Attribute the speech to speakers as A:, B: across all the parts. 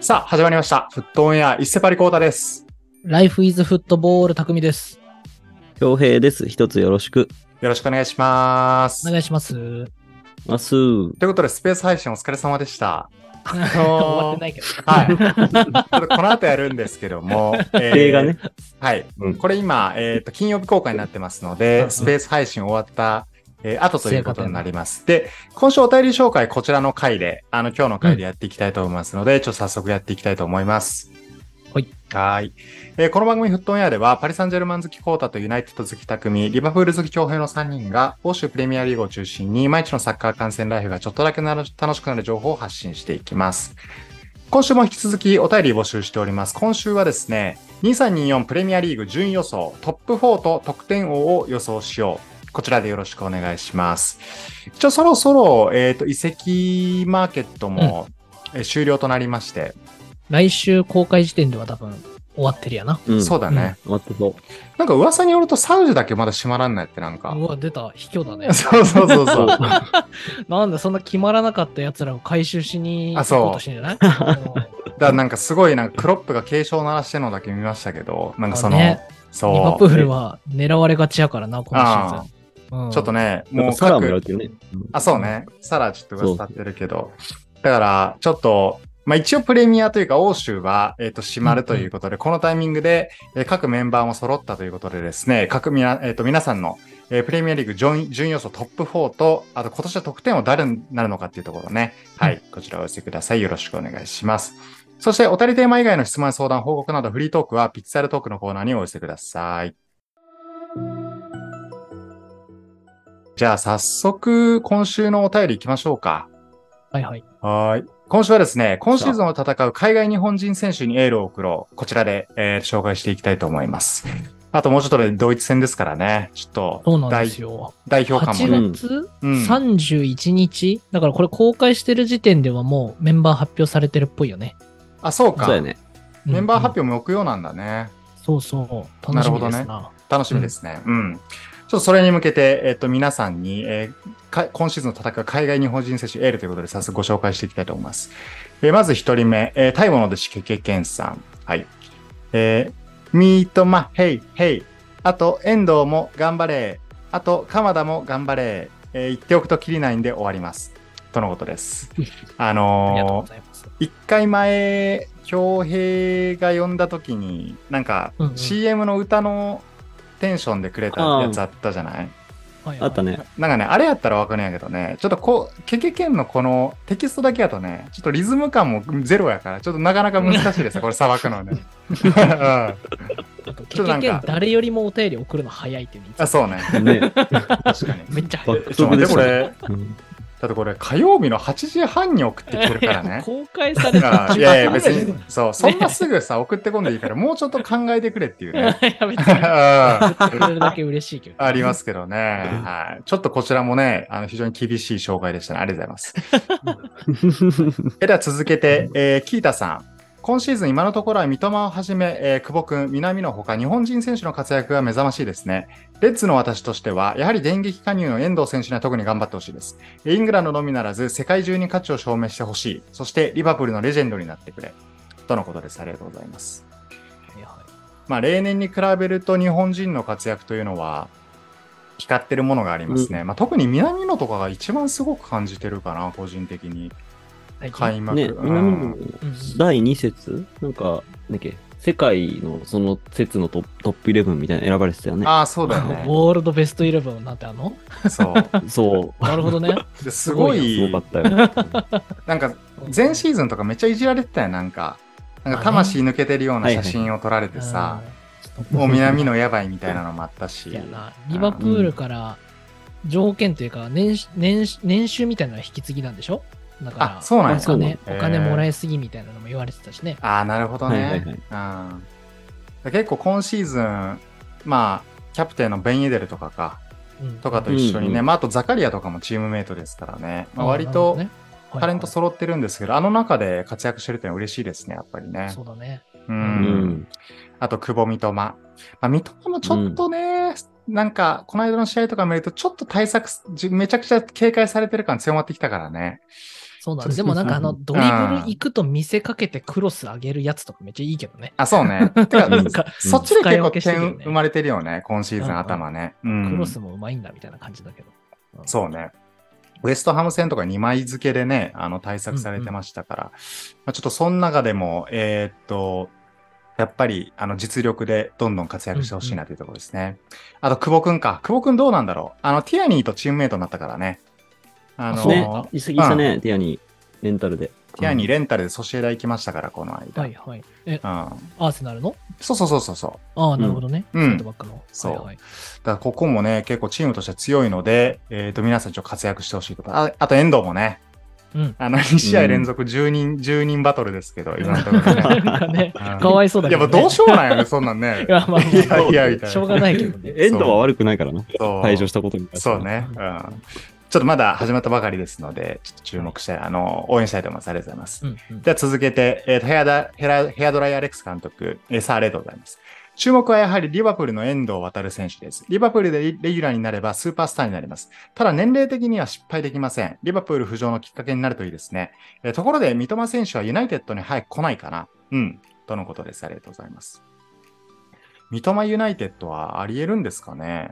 A: さあ、始まりました。フットオンエア、一世パリコータです。
B: ライフイズフットボール匠です。
C: 恭平です。一つよろしく。
A: よろしくお願いします。
B: お願いします。終
C: ます。
A: ということで、スペース配信お疲れ様で した。あのー
B: わってないけど。
A: はい。ちょっとこの後やるんですけども。えー
C: 映画ね。
A: はい。
C: うん
A: これ今、えっ、と、金曜日公開になってますので、スペース配信終わった、えー後ということになります。で、今週お便り紹介、こちらの回で、あの、今日の回でやっていきたいと思いますので、ちょっと早速やっていきたいと思います。
B: はい。
A: はい。えーこの番組フットオンエアでは、パリ・サンジェルマン好きコータとユナイテッド好き匠、リバプール好き強兵の3人が、欧州プレミアリーグを中心に、毎日のサッカー観戦ライフがちょっとだけなる楽しくなる情報を発信していきます。今週も引き続きお便り募集しております。今週はですね、2324プレミアリーグ順位予想、トップ4と得点王を予想しよう。こちらでよろしくお願いします。一応そろそろ、えっ、と、移籍マーケットも、え終了となりまして、
B: 来週公開時点では多分終わってるやな。
C: うん。
A: そうだね。
C: 待ってそう。
A: なんか噂によるとサウジだけまだ閉まらんないってなんか。
B: う。わ、出た。卑怯だね
A: そうそうそうそう。
B: なんだ、そんな決まらなかった奴らを回収しに
A: あ
B: 行
A: そう
B: こうとしてん じゃないうん
A: だからなんかすごいなんかクロップが警鐘を鳴らしてるのだけ見ましたけど、なんかその、
B: あね
A: そう。
B: リバプールは狙われがちやからな、このシーズン。うん
A: ちょっとね、
C: も
A: もう
C: うサラもや
A: 各
C: れてるね。
A: あ、そうね。サラちょっと噂立ってるけど。だから、ちょっと、まあ一応プレミアというか欧州は、えっ、と、閉まるということで、このタイミングで、えー各メンバーも揃ったということでですね、各みな、えっ、と、皆さんの、えープレミアリーグ順位順位予想トップ4と、あと今年は得点を誰になるのかっていうところね。はい。こちらをお寄せください。よろしくお願いします。そして、おたりテーマ以外の質問や相談、報告などフリートークは、ピッツァルトークのコーナーにお寄せください。じゃあ、早速、今週のお便り行きましょうか。
B: はいはい。
A: はい。今週はですね、今シーズンを戦う海外日本人選手にエールを送ろう。こちらで、えー紹介していきたいと思います。あともうちょっとでドイツ戦ですからね。ちょっと
B: そうなん
A: 代
B: ですよ。
A: 代表感もね。
B: 8月
A: うん
B: 31日、だからこれ公開してる時点ではもうメンバー発表されてるっぽいよね。
A: あ、そうか。
C: そうやね。
B: うん
A: メンバー発表も木曜なんだね。
B: そうそう。楽しみで
A: な
B: すな。
A: る楽しみですね。うん。ちょっとそれに向けて、えっと、皆さんに、えーか今シーズン戦う海外日本人選手エールということで、早速ご紹介していきたいと思います。えーまず一人目、えー、タイモの弟子、ケケケンさん。はい。えー、ミートマ、ヘイ、ヘイ。あと、遠藤も頑張れ。あと、鎌田も頑張れ。えー言っておくときりないんで終わります。とのことです。あ
B: ありがとう
A: の
B: ございます。
A: ー、一回前、京平が呼んだ時に、なんか
B: うんう、ん
A: CM の歌のテンションでくれたやつあったじゃない
B: はいは
C: あ
B: い
C: ったね。
A: なんかね、あれやったらわかるんやけどね、ちょっとこう、ケケケンのこのテキストだけやとね、ちょっとリズム感もゼロやから、ちょっとなかなか難しいです よ、これ、さばくのね。うんあ、
B: あ
A: ちょ
B: と、
A: っと
B: 結
A: なんか
B: 局誰よりもお便り送るの早いっていうのいつも
A: そうね。
C: ね。
A: 確かに。
B: めっちゃ早い。
C: 爆
A: ちょっと
C: 速
A: 待
C: で
A: っ、
C: してた
A: こ
C: ね。
A: れ、
C: うん
A: だってこれ、火曜日の8時半に送ってきてるから
B: いや
A: ね。
B: 公開され
A: あ
B: た
A: いやいや、別
B: 時
A: に、そう、そんなすぐさ、送ってこんでいいから、もうちょっと考えてくれっていう
B: 間ぐらい
A: ね。
B: だ いや、別
A: う
B: に。
A: ん
B: 送って くれるだけ嬉しいけど。
A: ありますけどね。はい。ちょっとこちらもね、あの、非常に厳しい紹介でしたね。ありがとうございます。え、では続けて、えーキータさん。今シーズン今のところは三笘をはじめ、えー久保君、南のほか日本人選手の活躍が目覚ましいですね。レッズの私としては、やはり電撃加入の遠藤選手には特に頑張ってほしいです。イングランドのみならず、世界中に価値を証明してほしい。そして、リバプールのレジェンドになってくれ。とのことです。ありがとうございます。
B: はいは
A: まあ、例年に比べると日本人の活躍というのは光ってるものがありますね、まあ、特に南野とかが一番すごく感じてるかな個人的に
B: い最近
A: 開幕、
C: ね、
A: うん
C: 南の
B: うん
C: 第2節なんか、なんだっけ、世界のその節のトップトップ11みたいなの選ばれてたよね。
A: ああそうだよ ね
B: ゴールドベストイレブンなんてあ んの
A: そう
C: そ
B: なるほどね。
A: ですご
C: う。す
A: い
C: ごかったよ。
A: なんか前シーズンとかめっちゃいじられてたよなんかなんか魂抜けてるような写真を撮られてさ、
B: うん
A: もう南野やばいみたいなのもあったし
B: いやな、リバプールから条件というか年収、年収年収みたいなのは引き継ぎなんでしょだから、
A: あそうなんや
B: お金
A: へー
B: お金もらえすぎみたいなのも言われてたしね。
A: ああなるほど
C: は
A: ね、
C: いはいはい。
A: うんで結構今シーズンまあキャプテンのベン・エデルとかか
B: うん
A: とかと一緒にね、
C: うんうん
A: まあ、あとザカリアとかもチームメイトですからね、まあ、割
B: なるほ
A: と
B: どねはい
A: タレント揃ってるんですけど、あの中で活躍してるってのは嬉しいですね、やっぱりね。
B: そうだね。
A: う
C: うんん。
A: あと、久保、三笘。まあ、三笘もちょっとね、なんか、この間の試合とか見ると、ちょっと対策、じめちゃくちゃ警戒されてる感強まってきたからね。
B: そうなんです。でもなんかあの、ドリブル行くと見せかけてクロス上げるやつとかめっちゃいいけどね。
A: あ、 そう ね。てか、
B: なんか、
A: そっちで結構
B: 使い分けしてるよ
A: 点
B: ね
A: 生まれてるよね、今シーズン頭ね。うん
B: クロスもうまいんだみたいな感じだけど。うん
A: そうね。ウエストハム戦とか2枚付けでね、あの対策されてましたから、まあ、ちょっとその中でも、えーっと、やっぱりあの実力でどんどん活躍してほしいなというところですね。あと、久保くんか。久保くんどうなんだろうあの、ティアニーとチームメイトになったからね。あの
B: あそう
C: ね
A: ー、
C: 移籍したね、ティアニー、レンタルで。
A: ティアニーレンタルでソシエダ行きましたから、この間。
B: はいはい。え、
A: うん。
B: アーセナルの
A: そうそうそうそうそう。
B: ああ、なるほどね。
A: うん
B: センターバックの。
A: そう
B: はいはい
A: だからここもね、結構チームとして強いので、えっ、と、皆さんちょっと活躍してほしいとか、ああと遠藤もね、
B: うん
A: あの、2試合連続10人、10人バトルですけど、今のところね。
B: なんかね、
A: うん
B: かわいそうだ
A: いや、
B: け
A: も
B: ど、
A: う
B: ね。
A: どうしようもないよね、そんなんね
B: い。や、まあ、
A: いやいや、みたいな。
B: しょうがないけどね。
C: エンドは悪くないからな。
A: そう
C: 退場したことに関して
A: そ
C: は
A: うね。うん。ちょっとまだ始まったばかりですので、ちょっと注目して、あの、応援したいと思います。ありがとうございます。
B: うんうん
A: では続けて、えーとヘアダヘラヘアドライアレックス監督、えーさあありがとうございます。注目はやはりリバプールの遠藤航選手です。リバプールでレレギュラーになればスーパースターになります。ただ年齢的には失敗できません。リバプール浮上のきっかけになるといいですね。えーところで、三笘選手はユナイテッドに早く来ないかなうん。とのことです。ありがとうございます。三笘ユナイテッドはあり得るんですかね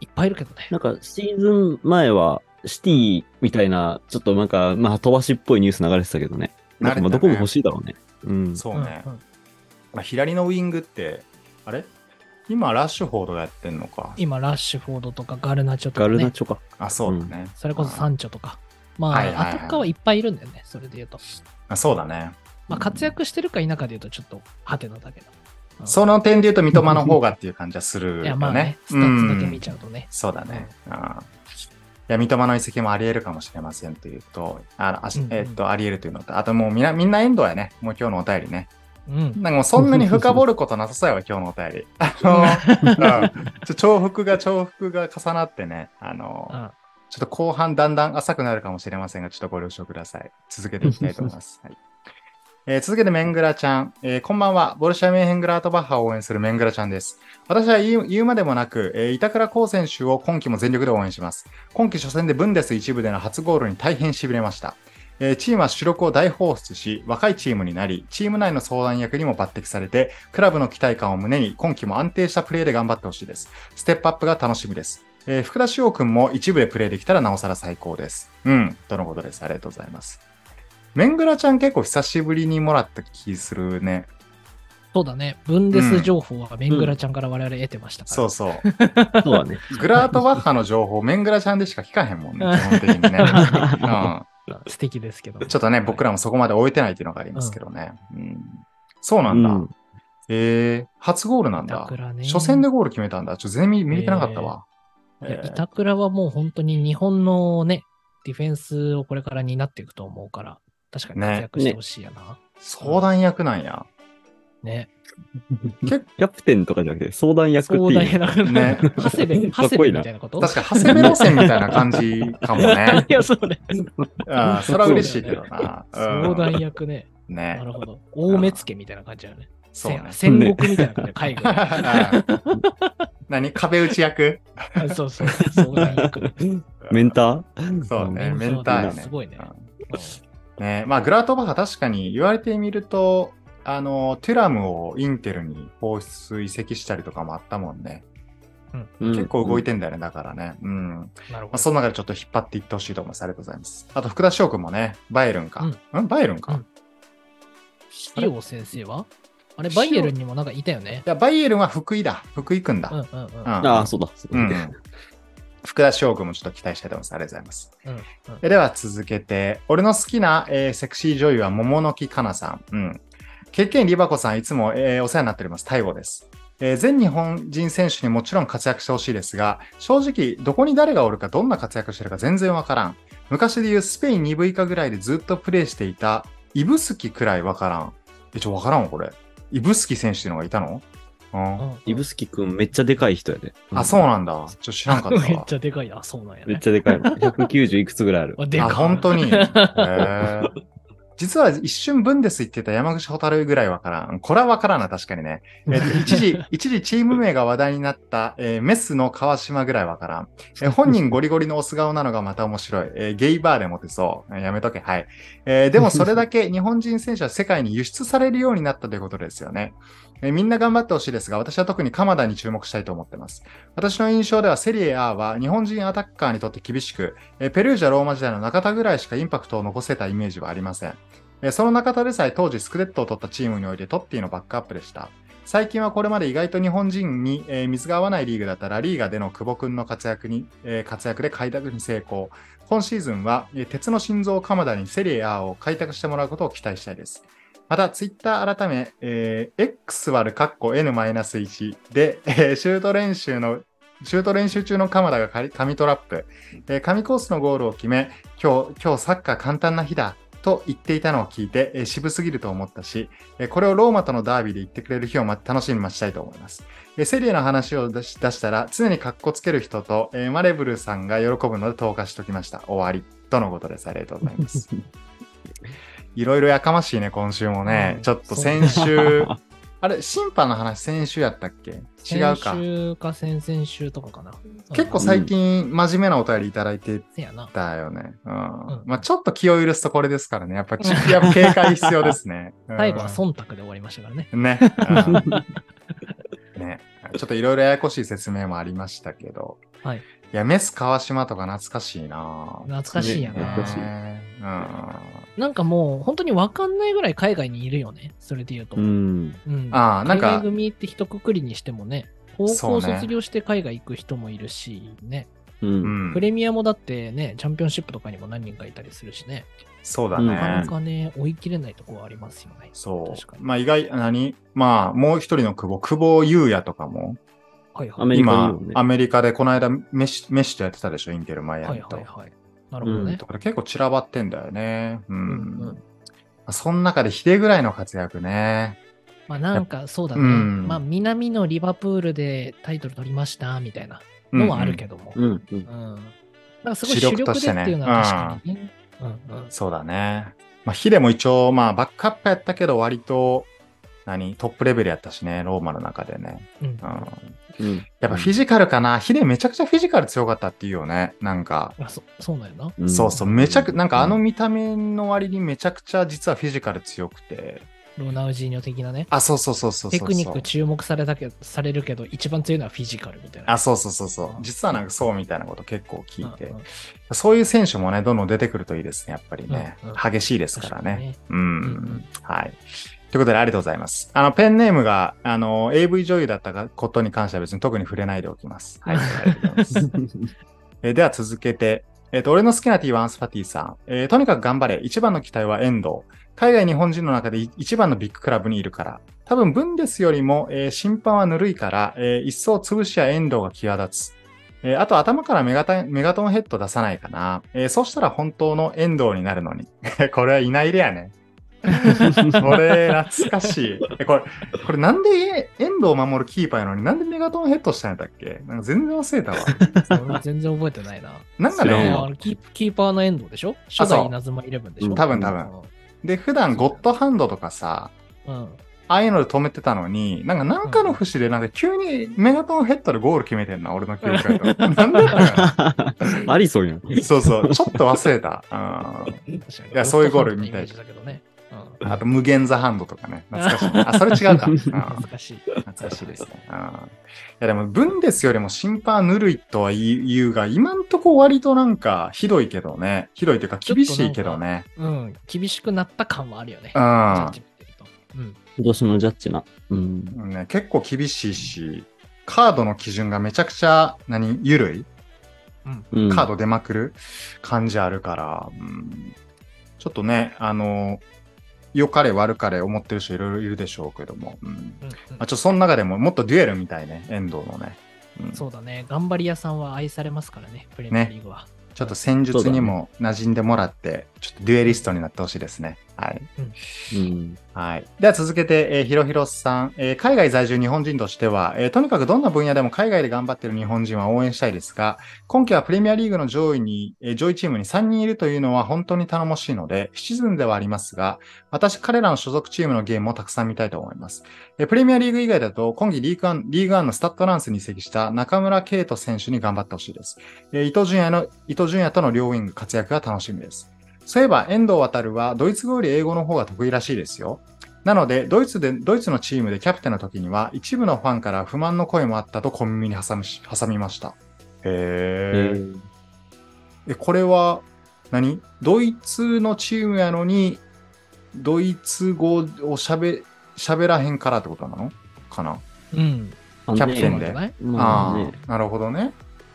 B: いっぱいいるけどね。
C: なんか、シーズン前は、シティみたいな、ちょっとなんか、まあ、飛ばしっぽいニュース流れてたけどね。なんかまあ
A: 慣れてたね
C: どこも欲しいだろうね。うん。
A: そううね。
B: んうん
A: まあ、左のウィングって、あれ今、ラッシュフォードがやってんのか。
B: 今、ラッシュフォードとかガルナチョと
C: ガ
B: か、
C: ルナ
B: ね、
C: チョか。
A: あ、そうだね。
B: それこそサンチョとか。まあ、
A: はいはいはい
B: アタッカーはいっぱいいるんだよね、それで言うと。
A: あそうだね。
B: まあ、活躍してるか否かで言うと、ちょっと、ハテナだけど。うん
A: その点で言うと、三笘の方がっていう感じはするよ
B: い
A: ね。
B: や、まあね、スタッツだけ見
A: うん
B: ちゃうとね。
A: そうだね。うんいや、三笘の移籍もあり得るかもしれませんというと、ああし
B: うんうん
A: えっと、あり得るというのと、あともうみんな、みんな遠藤やね。もう今日のお便りね。
B: うん。
A: なんかもうそんなに深掘ることなさそうや わ、今日のお便り。あの、うんちょ重複が重複が重なってね、あの、
B: うん
A: ちょっと後半だんだん浅くなるかもしれませんが、ちょっとご了承ください。続けていきたいと思います。はいえー続けてメングラちゃん、えーこんばんは。ボルシア・メンヘングラートバッハを応援するメングラちゃんです。私は言う言うまでもなく、えー板倉滉選手を今季も全力で応援します。今季初戦でブンデス一部での初ゴールに大変痺れました。えーチームは主力を大放出し、若いチームになり、チーム内の相談役にも抜擢されて、クラブの期待感を胸に、今季も安定したプレーで頑張ってほしいです。ステップアップが楽しみです。えー福田師王くんも一部でプレイできたらなおさら最高です。うん、とのことです。ありがとうございます。メングラちゃん結構久しぶりにもらった気するね。
B: そうだね、ブンデス情報はメングラちゃんから我々得てましたから。
A: そうそう。
C: そうだね。
A: グラートバッハの情報、 メングラちゃんでしか聞かへんもんね、基本的にね。う
B: 素敵ですけど。
A: ん、ちょっとね、僕
B: ら。
A: らもそこまで置いてないっていうのがありますけどね。うん、そうなんだ。
C: うん
A: えー、初ゴールなんだ
B: 板。倉ね
A: 初戦でゴール決めたんだ。ちょっと全然見れてなかったわ。
B: いや
A: えー
B: 板倉はもう本当に日本のね、ディフェンスをこれから担っていくと思うから、確かに活躍してほしいやな。
A: 相談役なんや。
B: ね。
A: 結
C: キャプテンとかじゃなくて、相談役ってい
B: そう
C: う
B: だよな。
A: ね
B: 長谷 部、
C: か
B: 長
C: っ
B: 谷
C: こ
B: 部
C: いいな
B: みたいなこと。
A: 確か、長谷部路線みたいな感じかもね
B: いや、そうね。
A: ああ、それは嬉しいけどな。
B: 相談
A: うん
B: 役ね。な
A: ね。
B: るほど。大目付けみたいな感じだよね。
A: そうね。
B: 戦戦国みたいな感じで 海軍。
A: 何壁打ち役
B: あそうそう。相談役ね。
C: メンター
A: そうねメ
B: メン
A: ン
B: タ
A: ター
B: ーだ
A: や
B: ね
A: ね。
B: すごいね
A: うん。ねまあ、グラートバッハ確かに言われてみると、あの、テュラムをインテルに放出移籍したりとかもあったもんね。結構動い
C: て。
A: てんだよね、だからね。うん。ま
B: なるほ
A: あ、
B: ど。
A: その中でちょっと引っ張っていってほしいと思います。ありがとうございます。あと、福田翔君もね、バイエルンか。うん、バイエルンか。
B: うん
A: い
B: シオ先生はあれ、バイエルンにもなんかいたよね。
A: や、バイエルンは福井だ。福井君だ。
B: うんうんうん。うん
C: ああ、そうだ。そう
A: う
C: だ
A: ん。福田翔君もちょっと期待したいと思います。ありがとうございます。
B: うん。
A: えでは続けて、俺の好きな、えーセクシー女優は桃の木かなさん。うん。経験リバコさん、いつも、えーお世話になっております。大吾です。えー全日本人選手にもちろん活躍してほしいですが、正直、どこに誰がおるか、どんな活躍してるか全然わからん。昔でいうスペイン2部以下ぐらいでずっとプレーしていた、イブスキくらいわからん。え、ちょ、わからんわ、これ。イブスキ選手っていうのがいたのうん。
B: うん
C: イブスキ君めっちゃでかい人やで。
A: あ、そうなんだ。ちょっと知らんかったわ。
B: めっちゃでかいな。あそうなんや
C: めっ
B: ね。
C: ちゃでかいの。190いくつぐらいある。
B: あでかい
A: あ、本当に。へー実は一瞬ブンデス行ってた山口蛍ぐらいわからん。これはわからんな、確かにね。えっ と一時、一時チーム名が話題になった、えーメスの川島ぐらいわからん。えー本人ゴリゴリのオス顔なのがまた面白い。えーゲイバーでモテそう。えーやめとけ、はい。えーでもそれだけ日本人選手は世界に輸出されるようになったということですよね。えーみんな頑張ってほしいですが、私は特に鎌田に注目したいと思ってます。私の印象ではセリエ A は日本人アタッカーにとって厳しく、えーペルージャローマ時代の中田ぐらいしかインパクトを残せたイメージはありません。えーその中田でさえ当時スクレットを取ったチームにおいてトッティのバックアップでした。最近はこれまで意外と日本人に、えー水が合わないリーグだったラリーガでの久保君の活躍に、えー活躍で開拓に成功。今シーズンは、えー鉄の心臓鎌田にセリエ A を開拓してもらうことを期待したいです。また、ツイッター改め、えー X 割るカッコ N-1 で、えーシュート練習のシュート練習中の鎌田がかり神トラップ、えー神コースのゴールを決め、今日、今日サッカー簡単な日だと言っていたのを聞いて、えー渋すぎると思ったし、えーこれをローマとのダービーで言ってくれる日をま楽しみに待ちたいと思います。えーセリエの話を出し出したら、常に格好つける人と、えーマレブルさんが喜ぶので投下しときました。終わり。とのことです。ありがとうございます。 いろいろやかましいね、今週もね。
B: うん
A: ちょっと先 週、あれ、審判の話先週やったっけ違うか。
B: 先週か先々週とかかな。
A: 結構最近、真面目なお便りいただいて
B: せやな。
A: たよね。うん。
B: ん
A: まあちょっと気を許すとこれですからね。やっぱ、ちやっぱ警戒必要ですね。 うん
B: 最後は忖度で終わりましたからね。
A: ね。うん ね。ちょっといろいろややこしい説明もありましたけど。
B: はい。
A: いや、メス川島とか懐かしいな
B: 懐かしいや
C: ね懐
B: な
C: かし。い
A: ね
B: なんかもう本当にわかんないぐらい海外にいるよね。それで言うと。
C: うん。
B: うん
A: ああなんか
B: 海外組って一括りにしてもね、高
A: そう
B: 校
A: ね
B: 卒業して海外行く人もいるしね、
C: う
A: うん。
C: ん。
A: う
B: プ
A: ん。
B: レミアもだってね、チャンピオンシップとかにも何人かいたりするしね、
A: そうだ
C: う
B: なか
A: ね
B: な。かね、追い切れないとこはありますよね。
A: そ
B: 確か
A: う。
B: に。
A: まあ意外、何まあもう一人の久保、久保優也とかも、
B: はい
C: ア
B: はい。
C: メリカに
A: 今
C: いるよ、ね
A: アメリカでこの間メッシ、メッシとやってたでしょ、インテル・マイア
B: は
A: ミ
B: い
A: と。
B: はいはい。なるほどね
A: と。かで結構散らばってんだよね。うん。
B: うんうん
A: その中でヒデぐらいの活躍ね。
B: まあなんかそうだね。
A: うん
B: まあ南のリバプールでタイトル取りましたみたいなのはあるけ
A: ど。
B: ども。
C: うん。うん
B: うん。なんかすごい
A: 主
B: 主
A: 力
B: 力で
A: と
B: っ
A: しててね
B: いうのは確かにね。うんうん。
A: そうだね。まあ、ヒデも一応、まあ、バックアップやったけど、割と、何、トップレベルやったしね、ローマの中でね。
B: うん
A: うん。
C: うん。
A: やっぱフィジカルかな。ヒデめちゃくちゃフィジカル強かったっていうよね。なんか、
B: あそそうなんやな。
C: ん
A: そうそう、めちゃく、なんかあの、見た目の割にめちゃくちゃ実はフィジカル強くて。
B: ロナウジーニョ的なね。
A: あ、そうそうそうそうそうそう。
B: テクニック注目されたけどされるけど、一番強いのはフィジカルみたいな。
A: あ、そうそうそうそう。実はなんかそうみたいなこと結構聞いて
B: うん。うん
A: そういう選手もね、どんどん出てくるといいですね、やっぱりね。
B: うんうん
A: 激しいですからね。うん、
B: にねうんうん
A: はい。ということで、ありがとうございます。あの、ペンネームが、あの、AV 女優だったことに関しては別に特に触れないでおきます。 はい。ありがとうございます。えーでは続けて、えーと、俺の好きな T はアンスパティさん。えーとにかく頑張れ。一番の期待は遠藤。海外日本人の中でい一番のビッグクラブにいるから。多分、ブンデスよりも、えー審判はぬるいから、えー一層潰しや遠藤が際立つ。えーあと、頭からメガタメガトンヘッド出さないかな。えーそうしたら本当の遠藤になるのに。 これはいないでやね。 これ、懐かしい。えこれ、これなんでえ遠藤を守るキーパーやのになんでメガトンヘッドしたんやったっけなんか全然忘れたわ。
B: うん俺全然覚えてないな。
A: なんか
C: 知ら
A: ね
C: んわ、
B: あのキーキーパーの遠藤でしょ初代稲妻イレブンでしょ
A: 多分多分。で、普段ゴッドハンドとかさ、
B: うんうん。
A: ああいうので止めてたのに、なんかなんかの節でなんか急にメガトンヘッドでゴール決めてんな、俺の記憶だと。なんだったか
C: ありそうやん。
A: なそうそう、ちょっと忘れた。うん
B: 確かに
A: いやそういうゴールみたい
B: ゴッドハンドのイメージだけどね。うん
A: あと、無限ザハンドとかね。懐かしいね。あ、それ違うか。うん
B: 懐かしい。
A: 懐かしいですね。うんいや、でも、ブンデスよりも審判ぬるいとは言い言うが、今んとこ割となんか、ひどいけどね。ひどいというか、厳しいけどね。
B: うん。厳しくなった感はあるよね。
A: う
B: ジ
A: ん
B: ャッジ見てるとうん。
C: 今年のジャッジな。うん。
A: うんね、結構厳しいし、カードの基準がめちゃくちゃ、何、ゆるい
C: うん
A: カード出まくる感じあるから、うん、ちょっとね、あの、良かれ悪かれ思ってる人いろいろいるでしょうけども、うん
B: うんうん
A: まあ、ちょっとその中でももっとデュエルみたいね、遠藤のね、うん
B: そうだね。頑張り屋さんは愛されますからね、プレミアリーグは。
A: ちょっと戦術にも馴染んでもらって、ちょっとデュエリストになってほしいですね。はい。
C: うん。
A: はい。では続けて、えー、ひろひろさん、えー海外在住日本人としては、えーとにかくどんな分野でも海外で頑張っている日本人は応援したいですが、今季はプレミアリーグの上位に、えー上位チームに3人いるというのは本当に頼もしいので、シズンではありますが、私、彼らの所属チームのゲームをたくさん見たいと思います。えープレミアリーグ以外だと、今季リーグワン、リーグワンのスタッドランスに移籍した中村圭斗選手に頑張ってほしいです。えー伊藤純也の、伊藤純也との両ウィング活躍が楽しみです。そういえば、遠藤航はドイツ語より英語の方が得意らしいですよ。なので、ドイツで、ドイツのチームでキャプテンの時には、一部のファンから不満の声もあったと小耳に挟むし挟みました。へ
C: ー
A: え、これは何、ドイツのチームやのに、ドイツ語をしゃべ、しゃべらへんからってことなのかな
B: うん。
C: あの
A: キャ
C: ね
A: プテ
B: そう
A: ン
B: なん
A: で
B: じゃない
C: ま
A: あ
C: あ
A: あ
C: ね。
A: ー、なるほどね。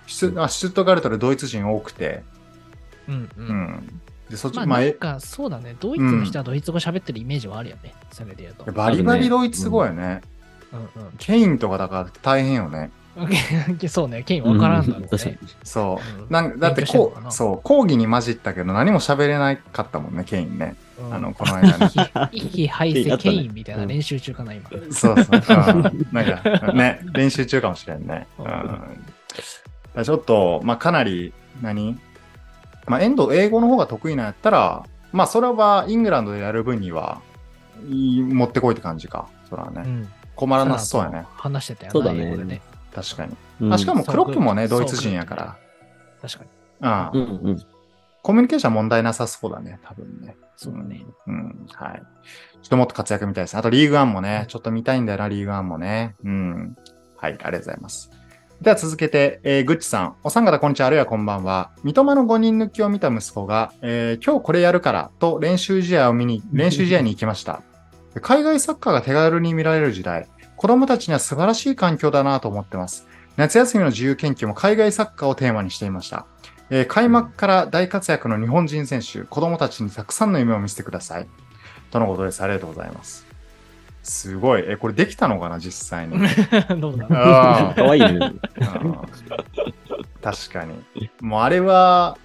A: シュあシュットガルトでドイツ人多くて、
B: うん
A: う
B: う。
A: んん。で、そっち、
B: まあ、
A: まあ
B: なん
A: え
B: か、そうだね。ドイツの人はドイツ語喋ってるイメージはあるよね。それで言うと。うん
A: バリバリドイツ語やね。
B: う
A: ケインとかだから大変よね。
B: ん。そうね。ケイン分からんだろ
C: う
B: うん
C: 確かに
B: ね。。
A: そうう。
B: ん
A: なんだって
B: 勉強してんの
A: こ
B: か
A: う、
B: な
A: そう、講義に混じったけど何も喋れなかったもんね、ケインね。
B: うん
A: あの、この間ね。
B: 息排せ
C: やったね
B: ケインみたいな練習中かな、今。
A: そうそう。うんなんか、ね、練習中かもしれんね。うん。
B: うん
A: だからちょっと、まあ、かなり、何まあ、遠藤、英語の方が得意なんやったら、まあ、それはイングランドでやる分には、いい持ってこいって感じか。それは
B: う
A: ね。
B: ん。
A: 困らなさそうやね。
B: 話してたよな
C: そうだね
B: 英語でね。
A: 確かに。
C: うん
A: あしかも、クロップもね、
B: そう
A: ドイツ人やか
B: 確かに。
A: ら。う。
C: うんんうん。
A: コミュニケーション問題なさそうだね、多分ね。
B: そうだね。
A: うん。うんはい。ちょっともっと活躍みたいですね。あとリーグワンもね、ちょっと見たいんだよな、リーグワンもね。うん。はい、ありがとうございます。では続けて、えー、ぐっちさん。お三方こんにちは、あるいはこんばんは。三笘の5人抜きを見た息子が、えー今日これやるからと練習試合を見に、練習試合に行きました。海外サッカーが手軽に見られる時代、子供たちには素晴らしい環境だなと思ってます。夏休みの自由研究も海外サッカーをテーマにしていました。えー開幕から大活躍の日本人選手、子供たちにたくさんの夢を見せてください。とのことです。ありがとうございます。すごい。え、これできたのかな、実際 に。
B: どうだろう。
A: あ
C: かわいいね。
A: ーうん確かに。もうあれは、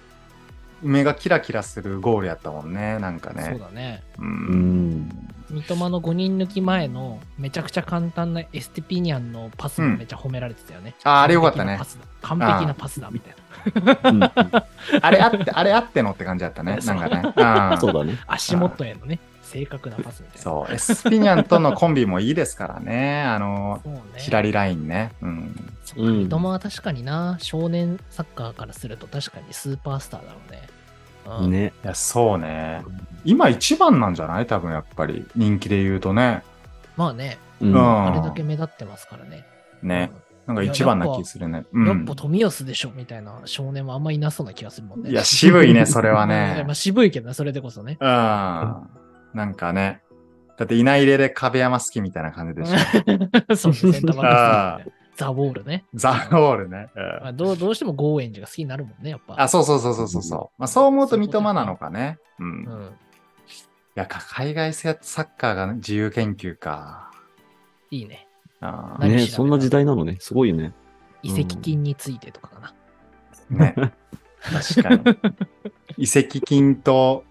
A: 目がキラキラするゴールやったもんね、なんか
B: そう
A: ね。
B: だね。
A: う。
C: うんん。
B: 三笘の5人抜き前のめちゃくちゃ簡単なエスティピニャンのパスもめちゃ褒められてたよね。
A: あー、あれよかったね。
B: 完璧なパスだ。完璧なパスだみたいな。
C: うん
A: あれあって、あれあってのって感じだった ね。なんかね。うん
C: そうだね。
B: 足元へのね、正確なパスみたいな。
A: そう。エスピニャンとのコンビもいいですからね。あの、
B: そうね。
A: 左ラインね。うん。
C: う
B: 三
C: ん
B: 笘は確かにな、少年サッカーからすると確かにスーパースターだろうね。うん、
C: ね。
A: いや、そうね。今一番なんじゃない多分やっぱり。人気で言うとね。
B: まあね、
C: うん
A: うん
B: あれだけ目立ってますからね。
A: ね。なんか一番な気するね。う
B: やっ
A: ん
B: ぱ。富安でしょみたいな少年はあんまいなそうな気がするもんね。
A: いや、渋 いね、それは
B: うん
A: ね
B: まあ、。渋いけどね、それでこ そね。
A: うん。なんかね。だって、いないれで壁山好きみたいな感じ でしょ。
B: そうね、センターバックス、ね、ザ・ボールね。
A: ザ・ロールね。うん
B: まあ、どうどうしてもゴーエンジが好きになるもんね、やっぱ。
A: あ、そうそうそうそうそうそう。まあ、そう思うと三笘なのかね。うん
B: う。ん。
A: いや、か海外サッカーがね自由研究か。
B: いいね。
A: あー
B: 何調べ
C: ね
B: た
C: そんな時代なのね。すごいね。
B: 遺跡金についてとかかな。
A: ね。 確かに。 移籍金と、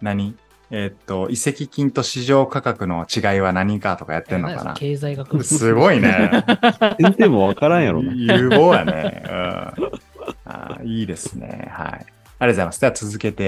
A: 何えーっと、移籍金と市場価格の違いは何かとかやってんの
B: いや
A: か
B: な
A: な
B: んか。経済学部。
A: すごいね。
C: 先生もわからんやろな。
A: 有望やね。うん。あーいいですね。はい。ありがとうございます。では続けて。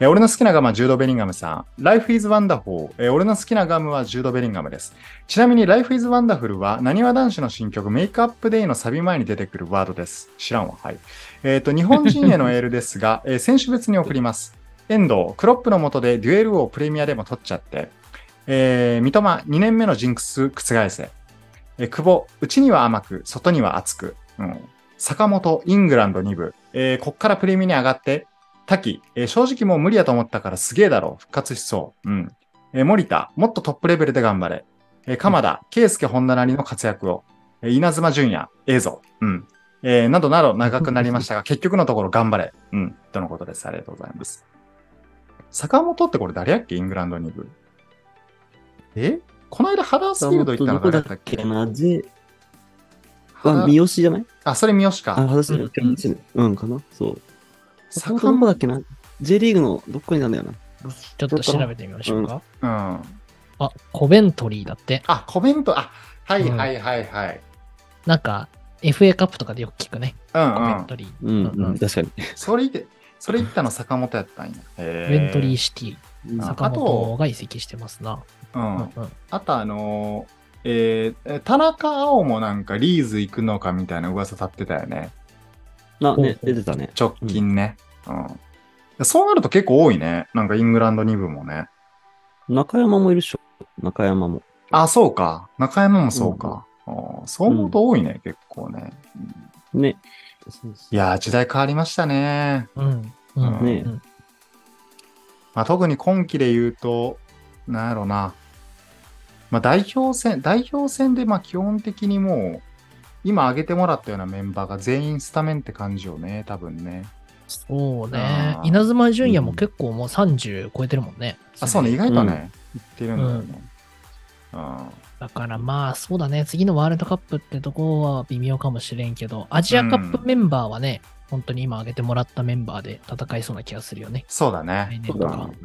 A: えー俺の好きなガムはジュード・ベリンガムさん。Life is Wonderful。えー俺の好きなガムはジュード・ベリンガムです。ちなみに Life is Wonderful は、なにわ男子の新曲、メイクアップデイのサビ前に出てくるワードです。知らんわ。はい。えっ、と、日本人へのエールですが、 えー選手別に送ります。遠藤、クロップの下でデュエルをプレミアでも取っちゃって、えー、三笘、2年目のジンクス覆せ。えー久保、内には甘く、外には厚く。うん、坂本、イングランド2部。えーこっからプレミアに上がって、滝、えー正直もう無理やと思ったからすげえだろ。復活しそう。うん。えー森田、もっとトップレベルで頑張れ。えー鎌田、圭介本田なりの活躍を。えー稲妻淳也、ええぞ。うん。えーなどなど長くなりましたが、結局のところ頑張れ。うん。とのことです。ありがとうございます。坂本ってこれ誰やっけイングランド2部。えこの間ハダースフィールド行った
C: ど
A: のが
C: こだ
A: 誰
C: っ
A: だっ
C: け
A: け
C: なぜ
A: ハ
C: あ、
A: ダ
C: 三好じゃない
A: あ、それ三好
C: あ、
A: か。
C: 話
B: う
C: の
B: ん
C: うん、かなそう。坂本どこだっけな J リーグのどこになんだよな。
B: ちょっと調べてみましょうか。
A: うん。あ、
B: あ、コベントリーだって。
A: コメント、あ、はいはいはいはい。
B: なんか、FA カップとかでよく聞くね。
A: うん
B: コ
A: う
B: ベン
A: ん。
B: トリー。
C: うん、
B: うん
C: うん、確かに。
A: それで、それ言ったの坂本やったんや。
B: コ
A: へ
B: ベントリー
A: ー。
B: シティ。
A: あ
B: 坂本が移籍してますな。
A: う
B: うんん。うん
A: あとあのーえー田中碧もなんかリーズ行くのかみたいな噂立ってたよね。
C: な、ね、出てたね。
A: 直近ね。うん。そうなると結構多いね。なんかイングランド2部もね。
C: 中山もいるっしょ。中山も。
A: あ、そうか。中山もそうか。うんそう思うと多いね、結構ね。うん
C: ね。
A: いやー、時代変わりましたね。
B: うん。うん。
A: ね
B: うん
A: まあ、特に今期で言うと、なんやろな。まあ、代表戦、代表戦でまあ基本的にもう、今挙げてもらったようなメンバーが全員スタメンって感じよね、多分ね。
B: そうね
A: あ。ー
B: 稲妻純也も結構もう30超えてるもんね。
A: あ、そうね、意外とね、言ってるんだよね。
B: だからまあそうだね、次のワールドカップってとこは微妙かもしれんけど、アジアカップメンバーはね、本当に今挙げてもらったメンバーで戦いそうな気がするよね。
A: そうだね
B: 来。年とか。
C: そうだ
B: うん
C: ね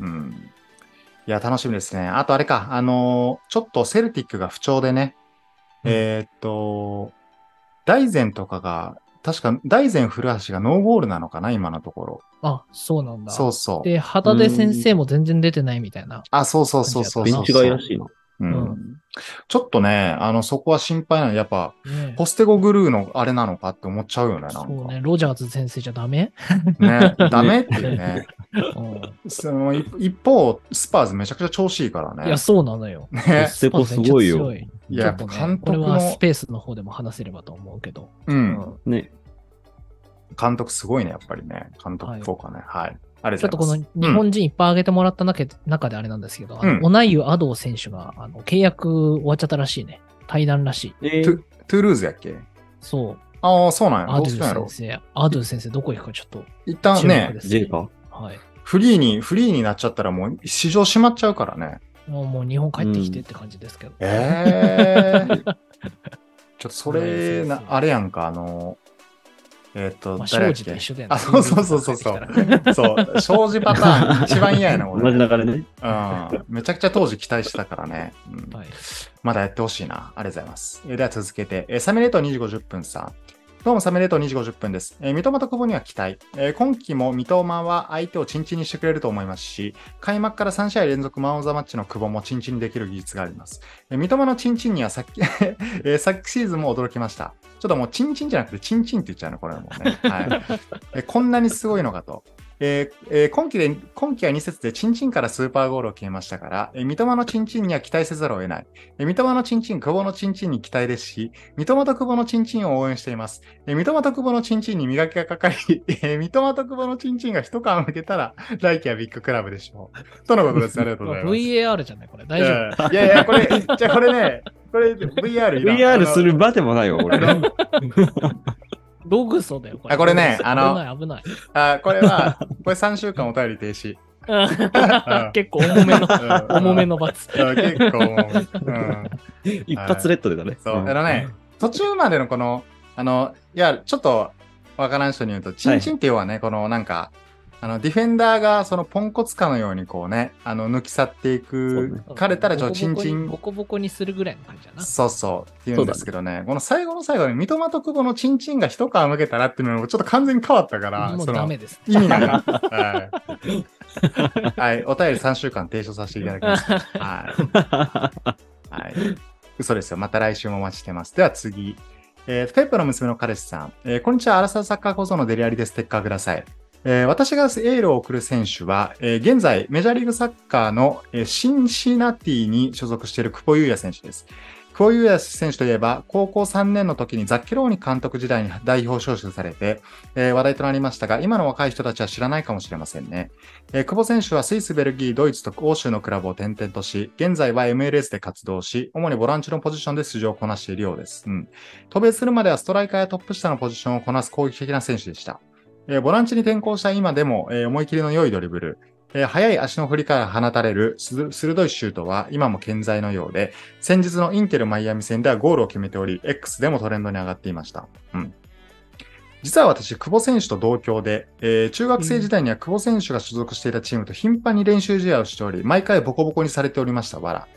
A: うん。いや、楽しみですね。あとあれか、あのーちょっとセルティックが不調でね、
B: うん
A: えーっと、大前とかが、確か大前古橋がノーゴールなのかな、今のところ。
B: あ、そうなんだ。
A: そうそう。
B: で、旗手先生も全然出てないみたいな。
A: あ、そうそうそうそう
C: ベ
A: そ
C: ン
A: う
C: チ
A: そう。
C: 外らしいな。
A: う。
B: うん
A: ちょっとね、あの、そこは心配なの。やっぱ、
B: ね
A: ポステゴグルーのあれなのかって思っちゃうよね、なんか。
B: そうね、ロジャーズ先生じゃダメ、
A: ね、ダメっていうね。
B: うん
A: そのい一方、スパーズめちゃくちゃ調子いいから
B: いや、
A: ね。
B: そうなのよ。
A: ね
C: セコすごいよ
B: め。っちゃ強
A: いや、
B: ちょっとね
A: 監
B: こ
A: 督
B: れはス
A: の、
B: ペースの方でも話せればと思うけど。
A: う、
B: うん
C: ね。
A: 監督すごいね、やっぱりね。監督効果ね。はい。あり
B: ち
A: が
B: ょっ
A: と
B: と
A: うござ
B: この
A: い
B: 日
A: ます。
B: 本人いっぱい挙げてもらった中中であれなんですけど、あ
A: うん
B: のオナイユ・アドー選手があの契約終わっちゃったらしいね。対談らしい。
C: え
A: うん、トゥトゥールーズやっけ
B: そう。
A: ああ、そうなんや。
B: ア
A: ど
B: ド
A: う
B: ゥ
A: したんやろ
B: 先。生、アドゥ先生どこ行くかちょっと
A: 一旦
B: 注目
A: ね
B: で、す、
C: J か。
B: はい。
A: フリーに、フリーになっちゃったらもう市場閉まっちゃうからね。
B: もうもう日本帰ってきてって感じですけど。
A: ええちょっとそれ、
B: そうそう
A: な
B: そう
A: あれやんか、あの、えっと、
B: まあ、
A: 誰やっ
B: 庄司と
A: け
B: 一緒だよね。
A: あ、そうそうそうそうそ
B: 日本帰ってきたら
A: う。そう、庄司パターン、一番嫌やな、
C: 同
A: 俺。
C: じ流れね。
A: うん。めちゃくちゃ当時期待してたからね。うん
B: はい。
A: まだやってほしいな。ありがとうございます。えーでは続けて、えーサメレート2時50分さん。どうもサメレート2時50分です。えー三笘と久保には期待。えー今季も三笘は相手をチンチンにしてくれると思いますし、開幕から3試合連続マン・オブ・ザ・マッチの久保もチンチンにできる技術があります。えー三笘のチンチンにはさっき、 えー昨シーズンも驚きました。ちょっともうチンチンじゃなくてチンチンって言っちゃうの、これはもうね。はい、えーこんなにすごいのかと。えーえー今季で、今季は2節でチンチンからスーパーゴールを決めましたから、えー三笘のチンチンには期待せざるを得ない。えー三笘のチンチン、久保のチンチンに期待ですし、三笘と久保のチンチンを応援しています。えー三笘と久保のチンチンに磨きがかかり、 えー三笘と久保のチンチンが一皮むけたら、来季はビッグクラブでしょう。とのことです。ありがとうございます。
B: VAR じゃないこれ。
A: い
B: 大丈夫。
A: やいやいや、これ、じゃあこれね、これ VR いらん
C: VR する場でもないよ、
A: あ
C: 俺。
A: の
B: ログソだよ、これ。
A: あこれねあの
B: 危ない、危
A: あこれは、これ3週間お便り停止。
B: な
A: うん
B: い。 結構重めの、
A: うん
B: 重めの罰。
A: うん結構、うん、
C: 一発レッドでだね。
A: そう、
C: ん
A: あのね、途中までのこの、あの、いや、ちょっとわからん人に言うと、チンチンっていうのはね、このなんか、あのディフェンダーがそのポンコツかのようにこうね、あの抜き去っていく、
B: うん
A: 枯れたらちょっとチンチン
B: ボコボコにボコボコにするぐらいの感じだな。
A: そうそうって言うんですけどね、この最後の最後に三笘と久保のチンチンが一皮むけたらっていうのもちょっと完全に変わったから、
B: もう
A: そ
B: ダ
A: の
B: メです。
A: 意味がなかった。はい、はい、お便り3週間提唱させていただきました。はい。はい。嘘ですよ。また来週もお待ちしてます。では次。えー、ペップの娘の彼氏さん。えーこんにちは。アラサーサッカー構造のデリアリでステッカーください。えー私がエールを送る選手は、えー現在、メジャーリーグサッカーの、えーシンシナティに所属している久保優也選手です。久保優也選手といえば、高校3年の時にザッケローニ監督時代に代表招集されて、えー話題となりましたが、今の若い人たちは知らないかもしれませんね。えー久保選手はスイス、ベルギー、ドイツと欧州のクラブを転々とし、現在は MLS で活動し、主にボランチのポジションで出場をこなしているようです。うん。渡米するまではストライカーやトップ下のポジションをこなす攻撃的な選手でした。えーボランチに転向した今でも、えー思い切りの良いドリブル、えー速い足の振りから放たれるす鋭いシュートは今も健在のようで、先日のインテルマイアミ戦ではゴールを決めており、X でもトレンドに上がっていました。うん。実は私、久保選手と同郷で、えー中学生時代には久保選手が所属していたチームと頻繁に練習試合をしており、毎回ボコボコにされておりました、わら。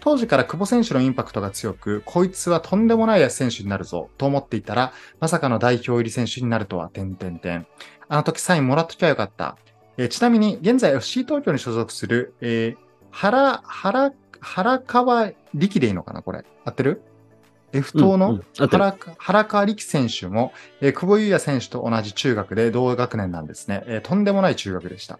A: 当時から久保選手のインパクトが強く、こいつはとんでもない選手になるぞ、と思っていたら、まさかの代表入り選手になるとは、てんてんてん。あの時サインもらっときゃよかった。えーちなみに、現在 FC 東京に所属する、えー、原、原、原川力でいいのかな、これ。合ってる ?F 党の、
C: うんうん合ってる
A: 原原川力選手も、えー久保優也選手と同じ中学で同学年なんですね。えーとんでもない中学でした。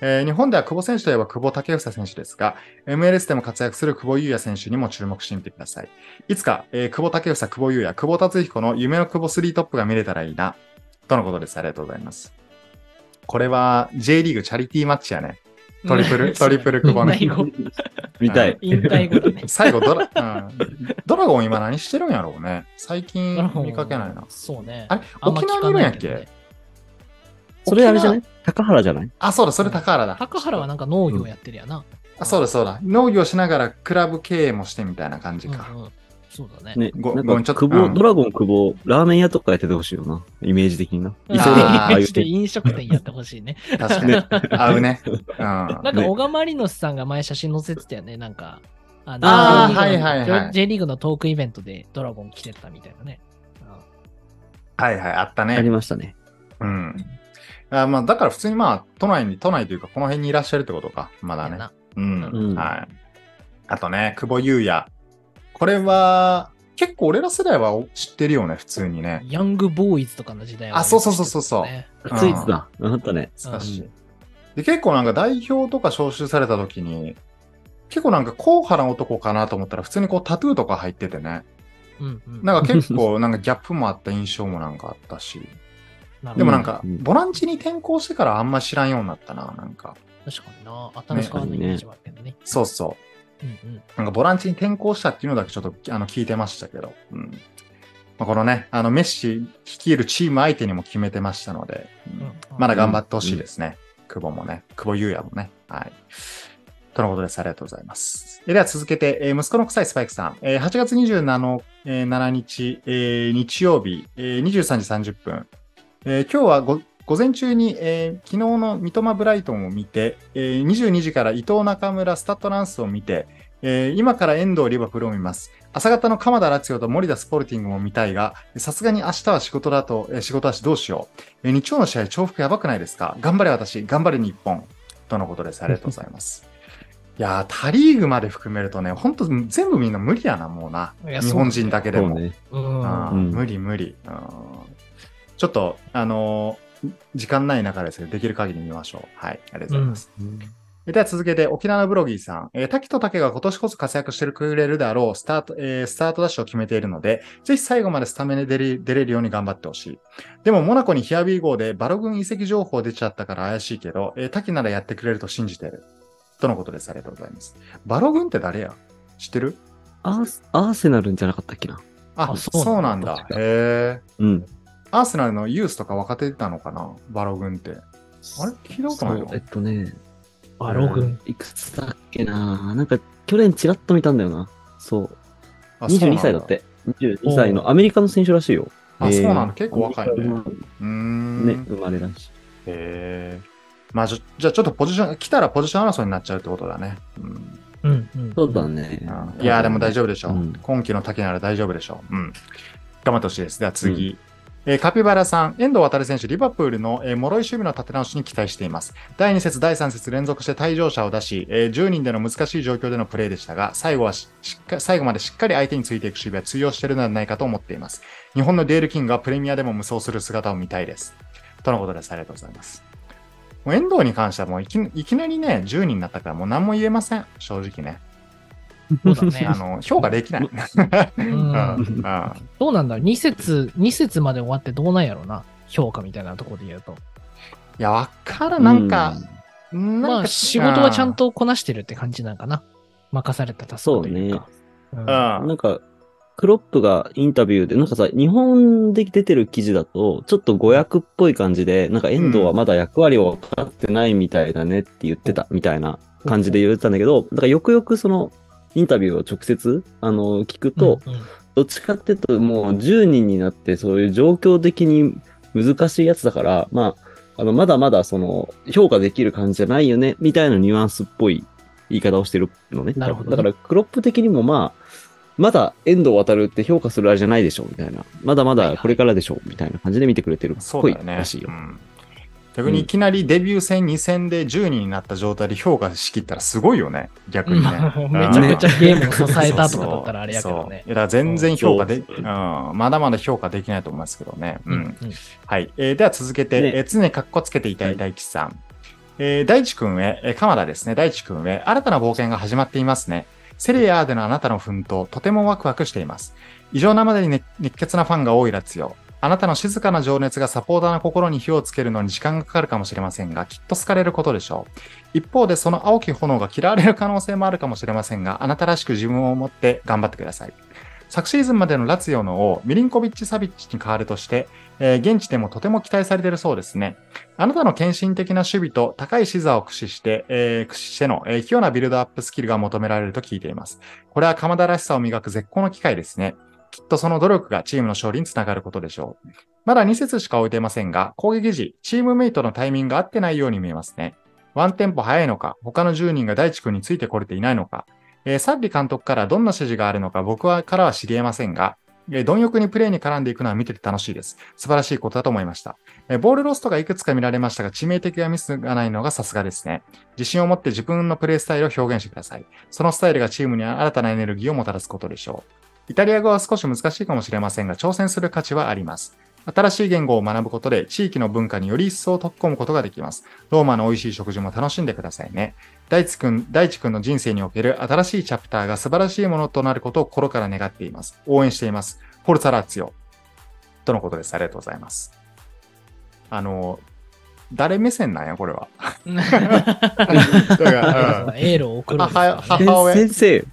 A: えー日本では久保選手といえば久保建英選手ですが、MLS でも活躍する久保優也選手にも注目してみてください。いつか、えー久保建英、久保優也、久保達彦の夢の久保3トップが見れたらいいな。とのことです。ありがとうございます。これは J リーグチャリティーマッチやね。トリプ ル、トリプル久保ね。
B: 引退後、
C: 見たい。
B: 引退後だね。
A: 最後ドラ、うん、ドラゴン今何してるんやろうね。最近見かけないな。
B: そうね。
A: あれ
B: あんま
A: 沖
B: 聞
A: 縄に
B: か
A: いるん
B: な
A: やっ
B: いけど
A: け
B: ね
C: それあれじゃな
A: 沖
C: い高原じゃない
A: 縄あ、そうだ、それ高原だ。
B: 高原はなんか農業やってるやな。
A: あ、そうだ、そうだ。農業しながらクラブ経営もしてみたいな感じ
B: うん
A: か。
B: うんそうだね。
C: ね、
A: ご
C: なん
A: ごめんちょ
C: か
A: っと
C: 久保、
A: うん
C: ドラゴン久保、ラーメン屋とかやっててほしいよな。イメージ的にな。い そうだな、
A: あー
C: ああいう
B: して
C: 系。
B: 飲食店やってほしい ね。
A: 確かに。 合うね。うん。
B: なんか、小川マリノスさんが前写真載せてたよね、なんか。あの
A: あ
B: ジ
A: ー
B: ェリ
A: は
B: ーグの
A: いはいはい
B: J リーグのトークイベントでドラゴン来てたみたいなね。
A: はいはい、あった
C: あり
A: ね。
C: ましたね。
A: うん。あまあ、だから普通にまあ、都内に、都内というか、この辺にいらっしゃるってことか。まだ
B: や
A: ね。
B: な
A: うん。
C: うん
A: はい。あとね、久保優也。これは、結構俺ら世代は知ってるよね、普通にね。
B: ヤングボーイズとかの時代は、
A: あそうそうそうそうそう
B: ね
A: うん
C: スイーツだ。あったね。
A: 懐かし
B: う
A: い。で、結構なんか代表とか招集された時に、結構なんか硬派な男かなと思ったら、普通にこうタトゥーとか入っててね。
B: うんうん。
A: なんか結構なんかギャップもあった印象もなんかあったし。
B: なるほど
A: でもなんか、
C: うん
A: ボランチに転向してからあんま知らんようになったな、なんか。
B: 確かにな。新しくあのイメージはあるけどね。
A: そうそう。
B: うんうん。
A: なんかボランチに転向したっていうのだけちょっとあの聞いてましたけど、うんまあ、このね、あのメッシ率いるチーム相手にも決めてましたので、うん
B: うん
A: まだ頑張ってほしいですね、久保もね、久保優也もね。はいとのことです。ありがとうございます。えでは続けて、えー息子の臭いスパイクさん。えー8月27えー7日、えー日曜日、えー23時30分。えー今日はご午前中に、えー昨日の三笘ブライトンを見て、えー22時から伊藤中村スタッドランスを見て、えー今から遠藤リバプールを見ます。朝方の鎌田ラツィオと森田スポルティングも見たいが、さすがに明日は仕事だと、えー仕事だしどうしよう。えー日曜の試合、重複やばくないですか頑張れ私、頑張れ日本。とのことです。ありがとうございます。 いやー、他リーグまで含めるとね、ほんと全部みんな無理やな、もうな。
B: いや
A: 日本人だけで
C: そう
A: も。
C: ね。
B: うん
A: あー
C: うん
A: 無理無理。うんちょっと、あのー時間ない中ですけど、できる限り見ましょう。はい、ありがとうございます。では続けて、沖縄のブロギーさん。えー滝と竹が今年こそ活躍してくれるだろうスタート、えースタートダッシュを決めているので、ぜひ最後までスタメンで出れ出れるように頑張ってほしい。でも、モナコにヒアビー号でバロ軍遺跡情報出ちゃったから怪しいけど、えー滝ならやってくれると信じてる。とのことです。ありがとうございます。バロ軍って誰や知ってる
C: アースアーセナルじゃなかったっけな。
A: あ
B: あ
A: そ
B: そうう
A: な
B: なんんだ
A: だ。へえ。
C: うん。
A: アーセナルのユースとか若手出たのかなバロ軍って。あれ聞いたことない
C: そうえっ
A: の
C: とね、
B: あ、ログン。
C: いくつだっけな。なんか、去年ちらっと見たんだよな。そう。22歳だっ。て。22歳のアメリカの選手らしいよ。
A: あ
C: えー
A: そうなんだ結構若いね
C: アメリカ
A: そう
C: の
A: なんだうーん。
C: ね、生まれらしい。
A: へえ。まあ、じゃじゃあちょっとポジション、来たらポジション争いになっちゃうってことだね。うん
B: うんうん。
C: そうだね。
A: いや、でも大丈夫でしょう。
C: うん
A: 今季の竹なら大丈夫でしょう。うん。頑張ってほしいです。では次。えーカピバラさん、遠藤航選手、リバプールの、えー脆い守備の立て直しに期待しています。第2節、第3節連続して退場者を出し、えー10人での難しい状況でのプレーでしたが、最後はししっか最後までしっかり相手についていく守備は通用しているのではないかと思っています。日本のデール・キングがプレミアでも無双する姿を見たいです。とのことです。ありがとうございます。もう遠藤に関してはもういきいきなりね、10人になったからもう何も言えません。正直ね。
B: そうだね
A: あ。の、評価できない。
B: うん
A: うんうん
B: どうなんだろう ?2 節、二節まで終わってどうなんやろうな評価みたいなところで言うと。
A: いや、わからん、なんか、なんか
B: まあ、仕事はちゃん。とこなしてるって感じなんかな。任されたタスクというか。うん
A: うん
C: うん。なんか、クロップがインタビューで、なんかさ、日本で出てる記事だと、ちょっと誤訳っぽい感じで、なんか遠藤はまだ役割を分かってないみたいだねって言ってた、みたいな感じで言ってたんだけど、だからよくよくその、インタビューを直接、あの、聞くと、
B: うんうん
C: どっちかっていうと、もう10人になって、そういう状況的に難しいやつだから、まあ、あの、まだまだその、評価できる感じじゃないよね、みたいなニュアンスっぽい言い方をしてるのね。
B: なるほどね
C: だから、クロップ的にもまあ、まだ遠藤渡るって評価するあれじゃないでしょ、みたいな。まだまだこれからでしょ、みたいな感じで見てくれてるっ
A: そう
C: ぽい
A: だよね
C: らしい。よ
A: う。ん逆にいきなりデビュー戦2戦で10人になった状態で評価しきったらすごいよね、逆
B: う
A: に
B: ん
A: ね
B: ま。あめちゃくちゃゲームを支えたとかだったらあれやけど
A: そうそう
B: ね
A: い。やだから全然評価で、
C: そう
A: うん、まだまだ評価できないと思いますけどね。うん。
B: うんうん
A: はい。えーでは続けて、
C: ね
A: えー常に格好つけていたい大吉さん。えー大地君へ、えー鎌田ですね。大地君へ、新たな冒険が始まっていますね。セリアでのあなたの奮闘、とてもワクワクしています。異常なまでに熱熱血なファンが多いラツよあなたの静かな情熱がサポーターの心に火をつけるのに時間がかかるかもしれませんが、きっと好かれることでしょう。一方で、その青き炎が嫌われる可能性もあるかもしれませんが、あなたらしく自分を持って頑張ってください。昨シーズンまでのラツィオの王、ミリンコビッチ・サビッチに代わるとして、えー現地でもとても期待されているそうですね。あなたの献身的な守備と高い視座を駆使して、えー駆使しての、えー器用なビルドアップスキルが求められると聞いています。これは鎌田らしさを磨く絶好の機会ですね。きっとその努力がチームの勝利につながることでしょう。まだ2節しか置いていませんが、攻撃時、チームメイトのタイミングが合ってないように見えますね。ワンテンポ早いのか、他の10人が大地君についてこれていないのか、えーサッリ監督からどんな指示があるのか僕はからは知り得ませんが、えー貪欲にプレーに絡んでいくのは見てて楽しいです。素晴らしいことだと思いました。えーボールロストがいくつか見られましたが、致命的なミスがないのがさすがですね。自信を持って自分のプレースタイルを表現してください。そのスタイルがチームに新たなエネルギーをもたらすことでしょう。イタリア語は少し難しいかもしれませんが、挑戦する価値はあります。新しい言語を学ぶことで、地域の文化により一層溶き込むことができます。ローマの美味しい食事も楽しんでくださいね。大地くん、大地くんの人生における新しいチャプターが素晴らしいものとなることを心から願っています。応援しています。フォルツァラーツよ。とのことです。ありがとうございます。あの、誰目線なんや、これは。だからうん
B: エールを送るんですからね
A: あは母親
C: 先生、
A: うん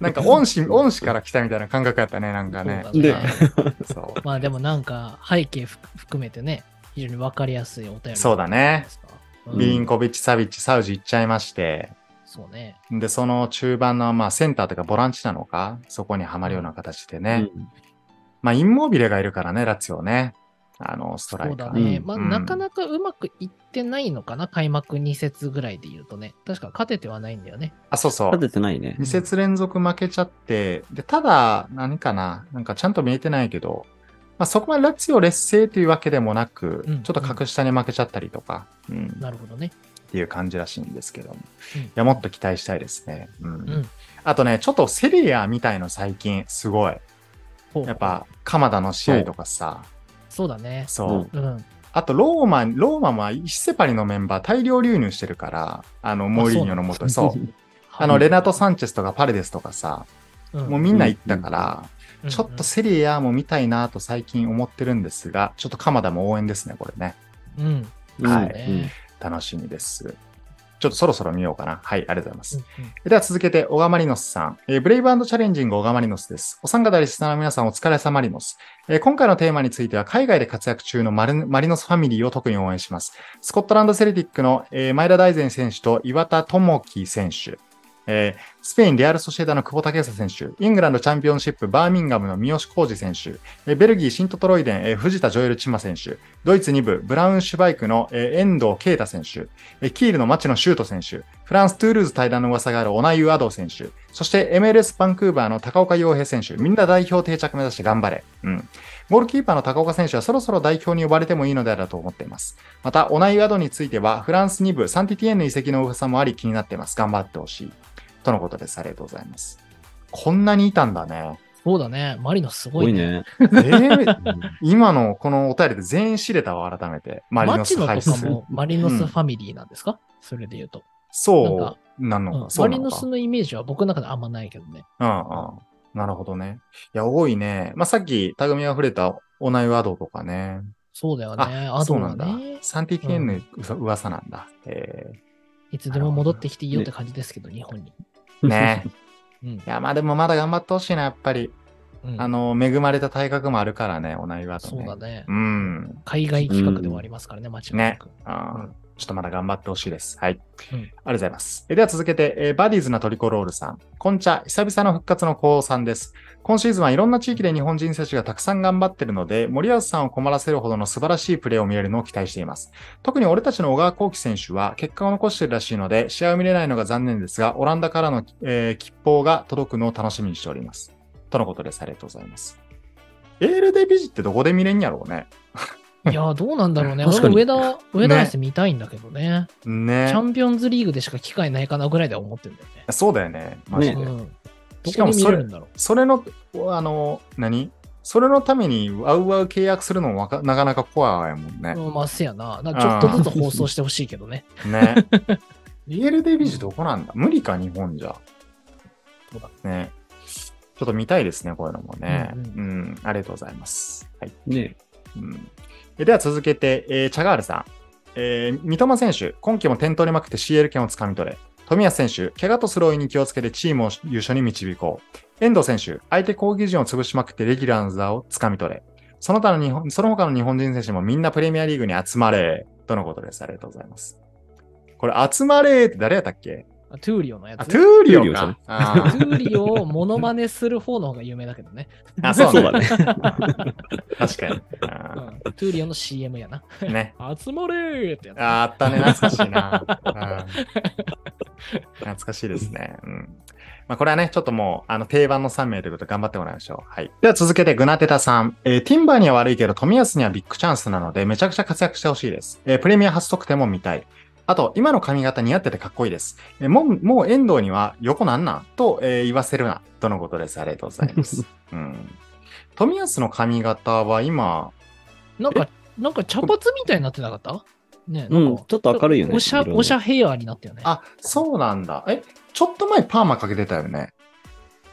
A: なんか恩師、恩師から来たみたいな感覚やったね、なんかね。
B: そうだ
C: ね
A: うんそ
B: まあでもなんか背景ふ含めてね、非常に分かりやすいお便り。
A: うそうだね。。
B: う
A: ビリ
B: ん、
A: ンコビッチ、サビッチ、サウジ行っちゃいまして、
B: そうね。
A: で、その中盤の、まあ、センターというかボランチなのか、そこにはまるような形でね。
C: うん
A: まあ、インモービレがいるからね、ラツィオね。あの、ストラ
B: そう
A: イカ
B: だ
A: ー。
B: ね。
C: うん
B: まあ、
A: うん
B: なかなかうまくいってないのかな、開幕2節ぐらいで言うとね。確か勝ててはないんだよね。
A: あ、そうそう。
C: 立ててないね
A: 2。節連続負けちゃって、で、ただ、何かな、なんかちゃんと見えてないけど、まあ、そこまでラツィオ劣勢というわけでもなく、
B: うん
A: ちょっと格下に負けちゃったりとか、うん
B: なるほどね。
A: っていう感じらしいんですけども。
B: うん
A: いや、もっと期待したいですね。うん。
B: ん
A: あとね、ちょっとセリアみたいの最近、すごい。
B: ほう
A: やっぱ、鎌田の試合とかさ、
B: そうだね。
A: そう。
C: うん
B: うん。
A: あと、ローマ、ローマはイシセパリのメンバー大量流入してるから、あの、モーリーニョのもとに。そう。あの、レナト・サンチェスとかパレデスとかさ、もうみんな行ったから、
B: うん
A: ちょっと、セリエ A も見たいなと最近思ってるんですが、ちょっと鎌田も応援ですね、これね。
B: うんうん。
A: はい
B: そう
C: うん
B: ね
A: 楽しみです。ちょっとそろそろ見ようかな。はい、ありがとうございます
B: うん。うん
A: では続けて、小川マリノスさん。えーブレイブチャレンジング小川マリノスです。お三方リスナーの皆さんお疲れ様マリノス、えー今回のテーマについては、海外で活躍中のマルマリノスファミリーを特に応援します。スコットランドセルティックの、えー前田大然選手と岩田智樹選手。えースペイン、レアル・ソシエダの久保建英選手、イングランドチャンピオンシップ、バーミンガムの三好浩二選手、えーベルギー、シントトロイデン、えー藤田ジョエル・チマ選手、ドイツ2部、ブラウンシュバイクの、えー遠藤啓太選手、えーキールの町野修斗選手、フランス・トゥールーズ対談の噂があるオナイユ・アドー選手、そして MLS バンクーバーの高岡洋平選手、みんな代表定着目指して頑張れ。うん。ゴールキーパーの高岡選手はそろそろ代表に呼ばれてもいいのであればと思っています。また、オナイユ・アドについては、フランス2部、サンティティエンの移籍の噂もあり気になっています。頑張ってほしい。とのことです。ありがとうございます。こんなにいたんだね。
B: そうだね。マリノスす
C: す
B: ご
C: ご
B: い
C: い
B: ね。
C: ね。
A: えー、
C: うん
A: 今のこのお便りで全員知れたわ、改めて。マリノ
B: マ
A: ス
B: チノ
A: 配
B: とか
A: 信。
B: もマリノスファミリーなんですかそれで言うと。なん
A: そ
B: か
A: うな
B: う
A: の
B: ん
A: か。そ
B: マ
A: うな
B: リ
A: の
B: ノ
A: か
B: ス。のイメージは僕の中であんまないけどね。
A: うんうん。なるほどね。いや、多いね。まあ、さっき、たぐみが触れたオナイワードとかね。
B: そうだよね。ア
A: そ
B: ド
A: うな
B: が
A: んだ
B: ね。。
A: サンティティエンヌ噂なんだ。え
B: いつでも戻ってきていいよって感じですけど、日本に。
A: ー ね
B: うん
A: い。や、まあでもまだ頑張ってほしいな、やっぱり。
B: うん
A: あの、恵まれた体格もあるからね、オナイワード
B: そう
A: ね。
B: だね
A: う。ん。
B: 海外企画ではありますからね、間違いなく。
A: あーちょっとまだ頑張ってほしいです。はい。
B: う
A: あ
B: ん
A: りがとうございます。えでは続けて、えーバディーズなトリコロールさん。こんちゃ、久々の復活の高尾さんです。今シーズンはいろんな地域で日本人選手がたくさん頑張ってるので、森保さんを困らせるほどの素晴らしいプレーを見れるのを期待しています。特に俺たちの小川幸輝選手は結果を残してるらしいので、試合を見れないのが残念ですが、オランダからの、えー切符が届くのを楽しみにしております。とのことです。ありがとうございます。エールデビジってどこで見れんやろうね。
B: いやー、どうなんだろうね。
C: 確かに
B: 俺も上田、上田アイス見たいんだけどね。チ
A: ね
B: ャンピオンズリーグでしか機会ないかなぐらいでは思ってるんだよね。
A: そうだよね。マジで。
C: ね
B: うん。ど
A: しか
B: こ
A: も
B: で見
A: そ
B: れ
A: れ
B: るんだろ
A: それの、あの、何それのためにワウワウ契約するのもわかなかなか怖いもんね
B: う。。うんまあ、せやな。なんかちょっとずつ放送してほしいけどね。
A: ね。リエルデビジどこなんだ無理か、日本じゃ。
B: そうだ
A: ね。ちょっと見たいですね、こういうのもね。う
B: うん
A: う
B: ん、
A: んありがとうございます。はい。
C: ね
A: うん、えでは続けて、えーチャガールさん。えー三笘選手、今季も点取れまくって CL 権をつかみ取れ。富安選手、怪我とスローインに気をつけてチームを優勝に導こう。遠藤選手、相手攻撃陣を潰しまくってレギュラーの座をつかみ取れ。その他の日本、その他の日本人選手もみんなプレミアリーグに集まれ。とのことです。ありがとうございます。これ、集まれって誰やったっけ
B: あトゥーリオのや
A: あ、
B: つ
A: トゥ
B: ね。
A: ーリオか。
B: ト
A: あ
B: ゥーリオをモノマネする方の方が有名だけどね。
A: ーあ、そう
C: そう
A: だ
C: だ
A: ね。
C: ね。
A: 確かに。
B: うん
A: あ
B: トゥーリオの CM やな。
A: ーね。
B: 集まれーってやつ。
A: ああったね、懐かしいな。うん懐かしいですね。うんまあ、これはね、ちょっともう、あの、定番の3名ということで頑張ってもらいましょう。はい。では続けて、グナテタさん。えーティンバーには悪いけど、富安にはビッグチャンスなので、めちゃくちゃ活躍してほしいです。えープレミア初得点も見たい。あと、今の髪型似合っててかっこいいです。えーもう、もう遠藤には、横なんなんと、えー言わせるな。とのことです。ありがとうございます。うん。富安の髪型は今、
B: なんか、なんか茶髪みたいになってなかったね
C: うん
B: なんか
C: ちょっと明るいよね
B: おしゃ、
C: 色ね
B: おしゃヘアになったよね。
A: あ、そうなんだ。え、ちょっと前パーマかけてたよね。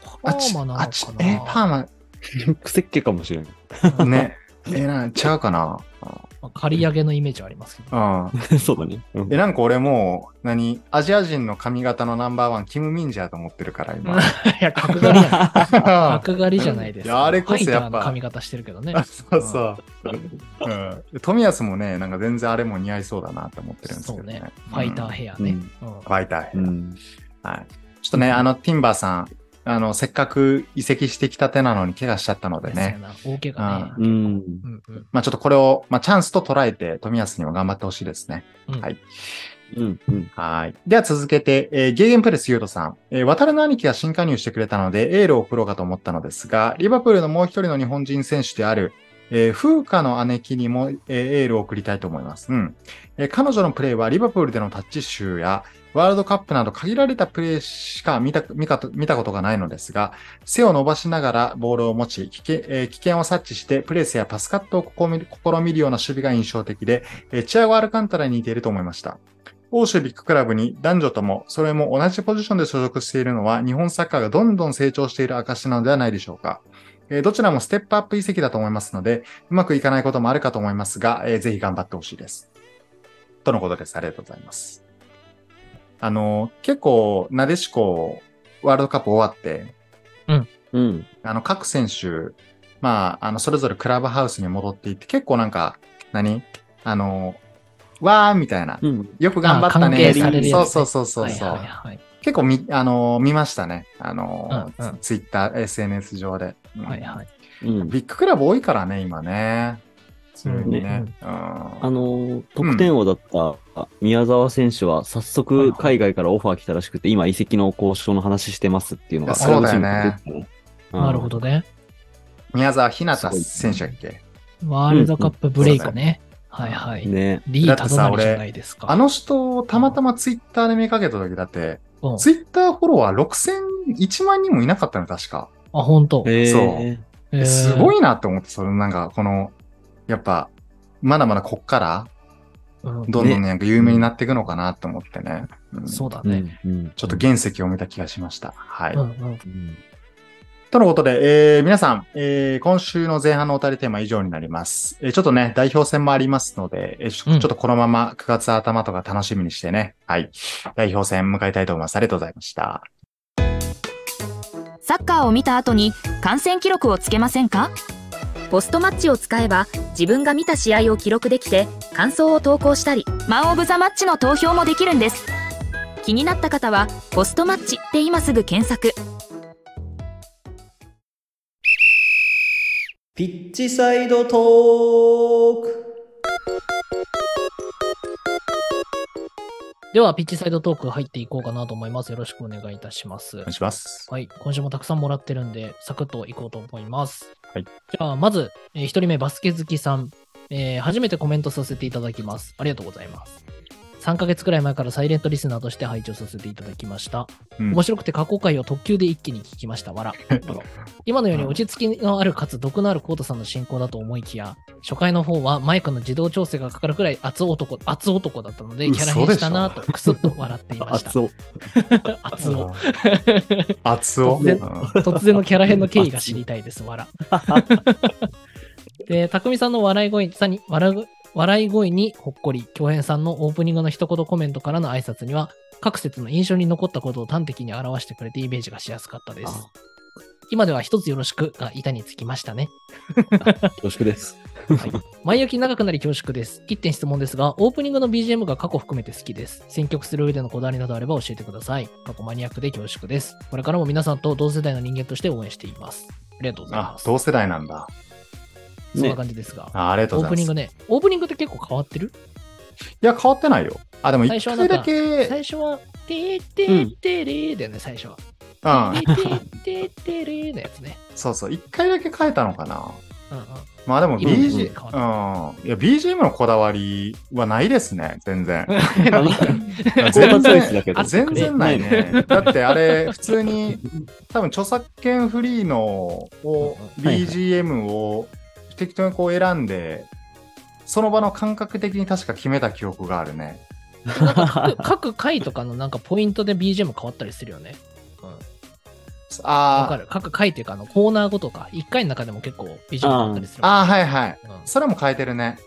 B: パーマなの
A: あち
B: か
A: あちえ、パ
B: な
A: ー
C: 癖っ気かもしれない。
A: マ、ね。え、な、違うかな。
B: まあ刈り上げのイメージはありますけど。
A: うん。
C: そうだね。うん
A: え、なんか俺もう、何、アジア人の髪型のナンバーワン、キム・ミンジャーと思ってるから、今。
B: いや、角刈りじゃ ない。角刈りじゃないです
A: いやあれこそやっぱ
B: ハイターの髪型してるけど ね。
A: そうそう。うん。富安もね、なんか全然あれも似合いそうだなと思ってるんです
B: そ
A: け
B: う
A: どね
B: ね。。ファイターヘアね。
C: うん
B: う
A: フ
B: ん
A: ァイターヘア
C: うん
A: はい。ちょっとね、あの、ティンバーさん、あの、せっかく移籍してきたてなのに怪我しちゃったので
B: そうや
A: ね。
B: な大怪我ね。
C: うん。
B: うんうん
A: まあちょっとこれを、まあチャンスと捉えて、富安にも頑張ってほしいですね。
B: うん
A: はい
C: うん。うん。
A: はい。では続けて、えーゲーゲンプレスユートさん。えー渡るの兄貴が新加入してくれたので、エールを送ろうかと思ったのですが、リバプールのもう一人の日本人選手である、えー風花の姉貴にも、えーエールを送りたいと思います。うん。えー彼女のプレーはリバプールでのタッチ集や、ワールドカップなど限られたプレーしか見た見か見たことがないのですが、背を伸ばしながらボールを持ち、危険,、えー危険を察知して、プレスやパスカットを試みる試みるような守備が印象的で、えーチアゴ・アルカンタラに似ていると思いました。欧州ビッグクラブに男女とも、それも同じポジションで所属しているのは、日本サッカーがどんどん成長している証なのではないでしょうか。えーどちらもステップアップ移籍だと思いますので、うまくいかないこともあるかと思いますが、えーぜひ頑張ってほしいです。とのことです。ありがとうございます。あの、結構、なでしこ、ワールドカップ終わって、
C: うん。
A: あの、各選手、まあ、あの、それぞれクラブハウスに戻っていって、結構なんか、何あの、わーみたいな、
C: うん。
A: よく頑張った
B: あ歓
A: ね。
B: 迎されるやつ
A: そう
B: ね
A: そうそうそうそう。
B: はいはいはい
A: 結構み、あのー見ましたね。あのー
B: うんうん
A: ツイッター、SNS 上で、うん
B: はいはい。
C: うん。
A: ビッグクラブ多いからね、今ね。普通にね。うん
C: あのー、得点王だった宮澤選手は、早速海外からオファー来たらしくて、今移籍の交渉の話してますっていうのが、
A: いやそうだよね
C: クラブチームで出てたね。
B: なるほ
C: ど。
B: どね。
A: 宮沢ひなた選手だっけ
B: ワールドカップブレイクね。はいはい。
C: ね。
B: リータなりじゃないですか。
A: あの人、たまたまツイッターで見かけた時だって、
B: うん
A: ツイッターフォロワー6000、1万人もいなかったの、確か。
B: あ、本当。
C: えー
A: そう
B: えー
A: すごいなって思って、そのなんか、この、やっぱ、まだまだこっから、
B: うん
A: どんどんなんか有名になっていくのかなと思ってね。うん
B: そうだ
C: う
B: ね。
C: ん。うん
A: ちょっと原石を見た気がしました。はい。
B: うんうん。
C: うん
A: とのことで、えー皆さん、えー今週の前半のおたりテーマは以上になります。えーちょっとね、代表戦もありますので、えーちょ
B: うん
A: ちょっとこのまま9月頭とか楽しみにしてね、はい、代表戦迎えたいと思います。ありがとうございました。
D: サッカーを見た後に観戦記録をつけませんかポストマッチを使えば自分が見た試合を記録できて感想を投稿したりマン・オブ・ザ・マッチの投票もできるんです気になった方は「ポストマッチ」で今すぐ検索
E: ピッチサイドトーク
B: では、ピッチサイドトーク入っていこうかなと思います。よろしくお願いいたします
A: お願い。します。
B: はい。今週もたくさんもらってるんで、サクッといこうと思います。
A: はい
B: じゃあ、まず、えー、1人目、バスケ好きさん、えー初めてコメントさせていただきます。ありがとうございます。3ヶ月くらい前からサイレントリスナーとして配置をさせていただきました。
A: うん
B: 面白くて過去回を特急で一気に聞きました。わら。今のように落ち着きのあるかつ毒のあるコートさんの進行だと思いきや、初回の方はマイクの自動調整がかかるくらい熱男、熱男だったので、キャラ変したなぁとクスッと笑っていました。
C: 熱を。
B: 熱男。
A: 熱を。
B: で
A: うん
B: 突然のキャラ編の経緯が知りたいです、わら。で、たくみさんの笑い声さに、笑い笑い声にほっこり、京平さんのオープニングの一言コメントからの挨拶には、各説の印象に残ったことを端的に表してくれてイメージがしやすかったです。今では一つよろしくが板につきましたね。
C: 恐縮です。
B: 前置き長くなり恐縮です。1点質問ですが、オープニングの BGM が過去含めて好きです。選曲する上でのこだわりなどあれば教えてください。過去マニアックで恐縮です。これからも皆さんと同世代の人間として応援しています。ありがとうござい
A: あ
B: ま、す。
A: 同世代なんだ。
B: そんな感じですが、
A: あありがとう
B: オ
A: ご
B: ー
A: ざ
B: プ
A: い
B: ニン
A: ま
B: グ
A: す。
B: ね、オープニングって結構変わってる
A: いや、変わってないよ。あ、でも
B: 最
A: 一
B: 初
A: 回
B: は
A: だけ、
B: 最初は、てーてーてれーだよね、最初は。
A: うん、
B: てーてーてれーのやつね。
A: そうそう、一回だけ変えたのかな。
B: うんうん。
A: まあでも
B: 今
A: BG、
B: う
A: うん、
B: ん
A: いや BGM のこだわりはないですね、全 然。
C: あの
A: 全
C: ゴータチョイスだけど。
A: 全然ないね。だってあれ、普通に、多分著作権フリーのを、
C: うんはい
A: BGM を適当にこう選んで、その場の感覚的に確か決めた記憶があるね。
B: 各各回とかのなんかポイントで BGM 変わったりするよね。わか
A: あ
B: る。各回っていうか、あの、コーナーごとか、1回の中でも結構 BGM 変わったりす
A: あ、
B: る。
A: ああ、はいはい。
B: うん
A: それも変えてるね。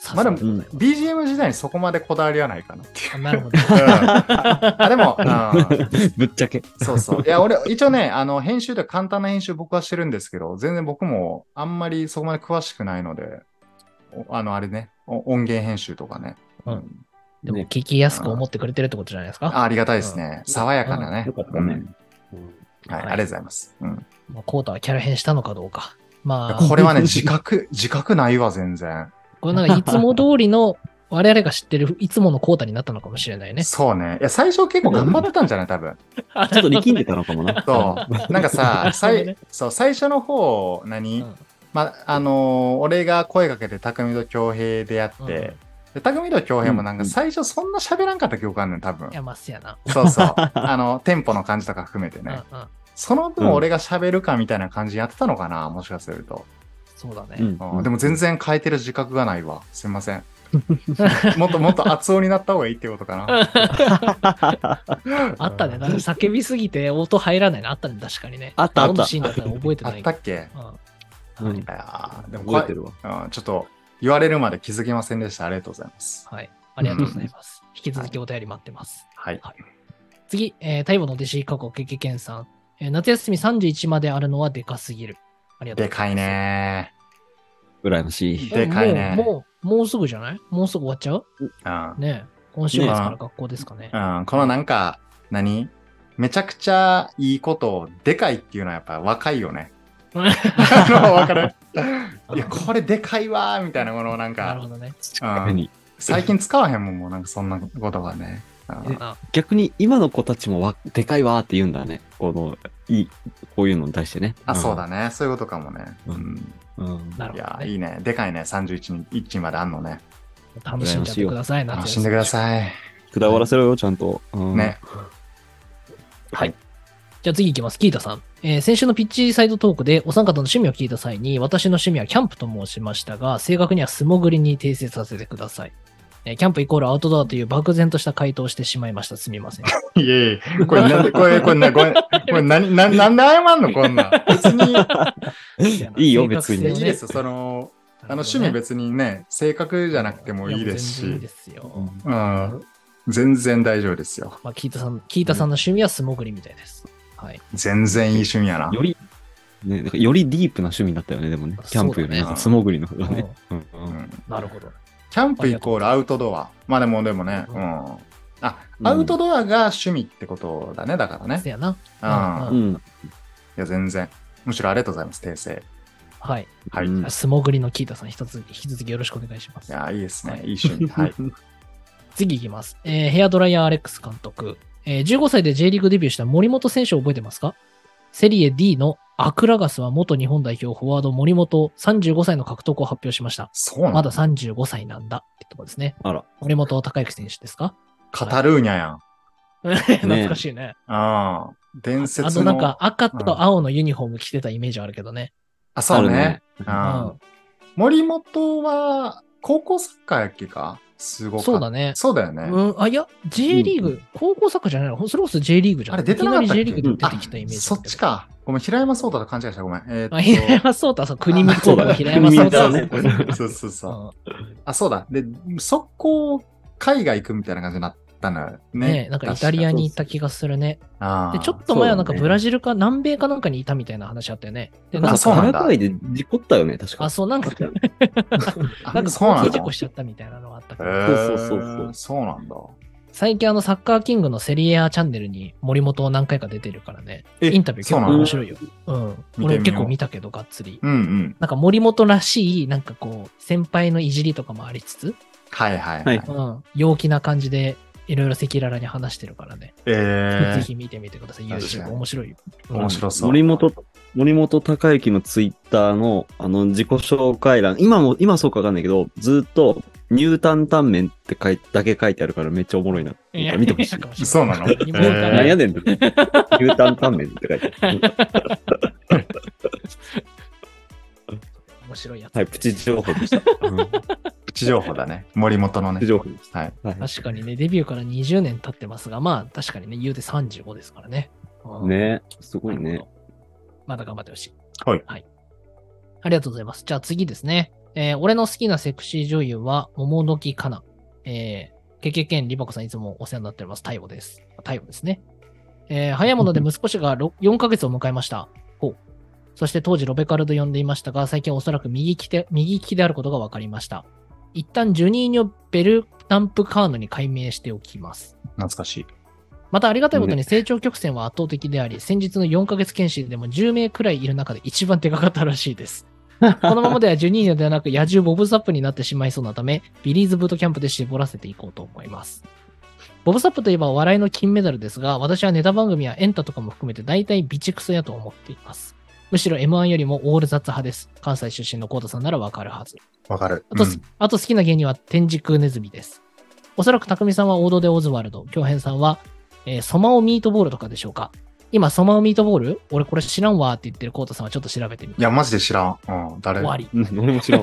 B: さすがでございます
A: BGM 自体にそこまでこだわりはないかな っていう。
B: あな るほど。
A: うんあでも、うん、
C: ぶっちゃけ。
A: そうそう。いや、俺、一応ね、あの、編集で簡単な編集僕はしてるんですけど、全然僕もあんまりそこまで詳しくないので、おあの、あれね、お音源編集とかね。
B: うん
A: ん
B: でも、聞きやすく思ってくれてるってことじゃないです
A: あ
B: か。
A: ありがたいですね。
B: うん
A: 爽やかなね。
C: よかったね
A: うんはい、あ
B: は
A: りが
B: い
A: とうございます。うん
B: まあコータはキャラ変したのかどうか。まあ、
A: これはね、自覚、自覚ないわ、全然。
B: これなんかいつも通りの、我々が知ってるいつものコータになったのかもしれないね。
A: そうね。いや、最初結構頑張ってたんじゃない多分。
C: ちょっと力んでたのかもな。
A: そう。なんかさ、さ
B: なるほど
A: い
B: ね
A: そう最初の方、何、
B: うん
A: まあ、あのー俺が声かけて、匠と恭平でやって、
B: うん
A: で、匠と京平もなん
C: う
A: か
C: ん
A: 最初そんな喋らんかった記憶あんねん、多分
B: い。や、まあ、せやな。
A: そうそう。 あの、テンポの感じとか含めて
B: うんう
A: ね。
B: ん。
A: その分俺が喋るかみたいな感じやってたのかな、もしかすると。
B: そうだね。
C: うん
A: うんでも全然変えてる自覚がないわ。すいま せん。もっともっと熱音になった方がいいってことかな。
B: あったね。なんか叫びすぎて音入らないのあったね、確かにね。
C: あったあった
B: どんなシーンだったか覚えて
A: あ
B: な
A: っ
B: い
A: た。っけ
B: うん
C: うん
A: いやーでも
C: 覚えてるわ。
A: うんちょっと言われるまで気づきませんでした。ありがとうございます。
B: はい。ありがとうございます。引き続きお便り待ってます。
A: はい。
B: 次、えー、太陽の弟子、過去、ケケケンさん。えー夏休み31まであるのはでかすぎる。ありがとう
A: で
B: ござ
A: か
B: い
A: い
B: ます。
A: ね
C: 羨ましい。
A: でかいね
B: もう、もう、もうすぐじゃないもうすぐ終わっちゃう
A: ー。うん
B: ねえ今週末から学校ですかね。
A: うん、このなんか、何めちゃくちゃいいことをでかいっていうのはやっぱ若いよ ね。あのわかるいや、これでかいわーみたいなものをなん
B: なる
A: か
B: ほ、どね。
A: うん
C: 何
A: 最近使わへんもん、もうなんかそんなことがね。うん
B: あ
C: 逆に今の子たちもわでかいわーって言うんだね。この、いい、こういうのに対してね。
A: あ、そうだね。そういうことかもね。う
C: うん
A: ん。
C: うん。うん。
B: なる
A: い
B: ほど
A: や、
B: ね、
A: いいね。でかいね。31日1まであんのね。
B: 楽しんじゃってください、夏
A: 楽し
B: 休
A: ん
B: み
A: でください。
C: くだわらせろよ、ちゃんと。うん
A: ね。。
B: じゃあ次行きます。キータさん。えー先週のピッチサイドトークでお三方の趣味を聞いた際に、私の趣味はキャンプと申しましたが、正確には素潜りに訂正させてください。えーキャンプイコールアウトドアという漠然とした回答をしてしまいました。すみませ ん。
A: いえいえ。これ、なんで、これ、これ、なこれ、これ、何、ななんで謝んのこんなん。別に、
C: いいよ、別
A: いや
C: に
A: い。いですよ。その、あの、趣味別にね、性格じゃなくてもいいです
B: やもう全然い
A: し
B: いで。すよ。
A: うん。全然大丈夫ですよ。
B: まあ、キータさん、キータさんの趣味は素潜りみたいです。はい。
A: 全然いい趣味やな。
C: より、ね、なんかよりディープな趣味だったよね、でもね。キャンプより
B: そう
A: だね
C: ね、素潜りの方がね。うんう
A: うんん
B: なるほど。
A: キャンプイコールアウトドア。まあでも、でもね、
B: う
A: うんん。あ、アウトドアが趣味ってことだね、だからね
B: せ。やな。
A: う
B: うん
A: ん。い
C: うん。
A: や、全然。むしろありがとうございます、訂正。
B: はい。
A: はい。
C: うん
A: い
B: 素潜りのキータさん、一つ、引き続きよろしくお願いします。
A: や、いいですね。いい趣味。 はい。
B: 次いきます。えーヘアドライヤーアレックス監督。えー15歳で J リーグデビューした森本選手を覚えてますかセリエ D のアクラガスは元日本代表フォワード森本35歳の獲得を発表しました。
A: そうなんだ
B: まだ35歳なんだってとこですね。
C: あら。
B: 森本孝之選手ですか
A: カタルーニャやん。
B: 懐かしいね。
A: ああ。伝
B: あ
A: 説
B: の
A: の。
B: なんか赤と青のユニフォーム着てたイメージあるけどね。
A: あ、そうね。う
B: うんん。
A: 森本は、高校サッカーやっけかすごかった
B: そうだね
A: そうだよね。
B: うん、あ、いや、J リーグ、高校サッカーじゃないのほんそれこそ J リーグじゃ
A: あ
B: ん。
A: れ出てなかったっけ
B: いきなり J リーグで出てきたイメージ。
A: そっち。か。ごめん、平山壮太と勘違いした。ごめん。えーっと
B: あ、平山壮太さん、国見高校平山
C: 国
B: 壮太
C: 見だ
B: さん。
C: ね
A: そうそうそう。
B: う
A: あ、そうだ。で、速攻、海外行くみたいな感じになったのよ
B: ん
A: ね。
B: ねなんかイタリアに行った気がするね。で、ちょっと前はなんか
C: そうだね
B: ブラジルか南米かなんかにいたみたいな話あったよね。で、
A: あ
B: なんか、
A: そうなんだ
C: 海外で事故ったよね、確か。
B: あ、そう、なんか、
A: と
B: なんか
A: そうなんだ。
B: 交 通事故しちゃったみたいなのがあったけど
A: そう
C: そうそうそう
A: そうなんだ。
B: 最近あのサッカーキングのセリエアチャンネルに森本を何回か出てるからね。インタビュー結
A: そうな
B: 構
A: の
B: 面白いよ。うん。
A: 見てみよう
B: 俺結構見たけど、がっつり。
A: うんうん。
B: なんか森本らしい、なんかこう、先輩のいじりとかもありつつ、
A: はいはいはい。
C: は
B: うん。陽気な感じで、いろいろ赤裸々に話してるからね。
A: え
B: ぜ
A: ー、
B: ひ見てみてください。
A: 確かに
B: YouTube 面白いよ。うん
A: 面白そう。
C: 森本、森本孝之のツイッターの、あの、自己紹介欄、今も、今はそうかわかんないけど、ずっと、ニュータンタンメンって書いだけ書いてあるからめっちゃおもろいな。
B: いや
C: 見てほしい
B: や。か もしれい
A: そうなの
B: 日
A: え
B: 本か
A: ー
C: なん
B: ら
C: やねんって。ニュータンタンメンって書いてある。
B: 面白いやつ。
C: はい、プチ情報でした。うん
A: プチ情報だね。森本の
C: プ
A: ね
C: チ。情報でし
A: はい。
C: た。はい
B: 確かにね、デビューから20年経ってますが、まあ確かにね、言うて35ですからね。うん
C: ねすごい
B: なる
C: ね
B: ほ。どまだ頑張ってほしい。
A: はい。
B: ありがとうございます。じゃあ次ですね。えー俺の好きなセクシー女優は、桃の木かな。えー、ケケケンリバコさんいつもお世話になっております。太陽です。太陽ですね。えー早いもので息子氏がろ4ヶ月を迎えました。ほう。そして当時ロベカルと呼んでいましたが、最近おそらく右利きで右利きであることが分かりました。一旦ジュニーニョ・ベルタンプカーノに改名しておきます。
A: 懐かしい。
B: またありがたいことに成長曲線は圧倒的であり、先日の4ヶ月検診でも10名くらいいる中で一番でかかったらしいです。このままではジュニーニョではなく野獣ボブサップになってしまいそうなため、ビリーズブートキャンプで絞らせていこうと思います。ボブサップといえばお笑いの金メダルですが、私はネタ番組やエンタとかも含めて大体備蓄クソやと思っています。むしろ M1 よりもオールザッツ派です。関西出身のコータさんならわかるはず。
A: わかる。
B: あと、
A: うん
B: あと好きな芸人は天竺ネズミです。おそらく匠さんは王道でオズワルド、京平さんは、えーソマオミートボールとかでしょうか。今、ソマオミートボール俺これ知らんわーって言ってるコートさんはちょっと調べてみ
A: い
B: て。
A: や、マジで知らん。うん、誰
B: 終わり。
C: うん俺も知らん。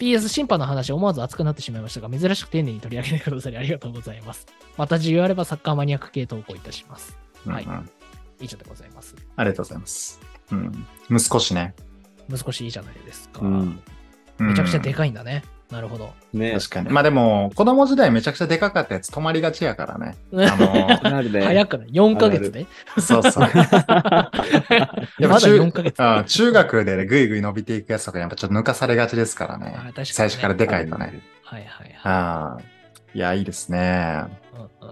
B: PS 審判の話思わず熱くなってしまいましたが、珍しく丁寧に取り上げてくださりありがとうございます。また需要あればサッカーマニアック系投稿いたします。
A: うんうん
B: はい以上でございます。
A: ありがとうございます。うん。息子氏ね。
B: 難しいじゃないですか。
C: うん
A: うん
B: めちゃくちゃでかいんだね。なるほど。
C: ね
A: 確かに。まあでも、子供時代めちゃくちゃでかかったやつ止まりがちやからね。あ の
C: なるね。
B: 早くない ?4 ヶ月で
A: そう そう。やっぱ
B: まだ
A: 中
B: 4ヶ月。
A: あ中学でねぐいぐい伸びていくやつとか、やっぱちょっと抜かされがちですからね。
B: あ確かにね
A: 最初からでかいとね。
B: はいはいはい。
A: ああいや、いいですね。
B: うん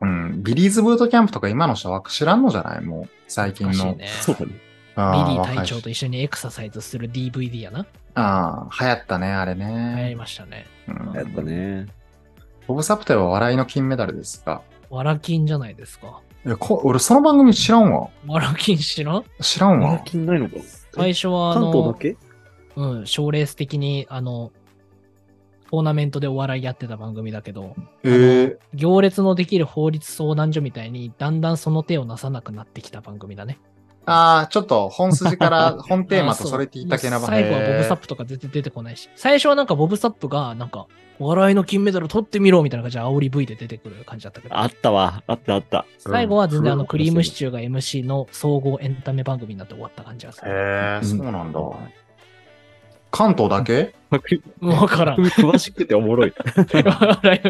B: うん
A: うん。ビリーズブートキャンプとか今の人は知らんのじゃないもう、最近
B: 難しい
A: の。
B: ね。
C: そうだね。
B: ビリ
A: ああ
B: ー
A: 若い
B: 隊
A: し
B: 長と一緒にエクササイズする DVD やな。
A: ああ、流行ったね、あれ
B: 流行り
A: ね。
B: ましたね。
A: うん
C: やっぱね。
A: ボブ・サプテは笑いの金メダルですが。
B: わらきんじゃないですか。
A: いやこ俺、その番組知らんわ。
B: わらきん知らん
A: 知らん
C: 最
A: わ。
C: 近ないのか。
B: 最初はあ
C: 関東
B: の
C: だ、け
B: うん、賞レース的に、あの、トーナメントでお笑いやってた番組だけど、
A: えー、
B: 行列のできる法律相談所みたいに、だんだんその手をなさなくなってきた番組だね。
A: ああ、ちょっと本筋から、 本テーマとそれって言ったけな
B: もう
A: ば
B: 最後はボブサッ
A: プ。
B: プとか全然出てこないし、最初はなんかボブサップが、なんか、お笑いの金メダル取ってみろみたいな感じで煽り V で出てくる感じだったけど。
C: あったわ。あったあった。
B: 最後は全然あ
C: う
B: の
C: ん
B: クリームシチューが MC の総合エンタメ番組になって終わった感じがす
A: へ
B: る。
A: えー、そうなんだ。関東だけ
B: わからん。
C: 詳しくておもろい。
B: 笑い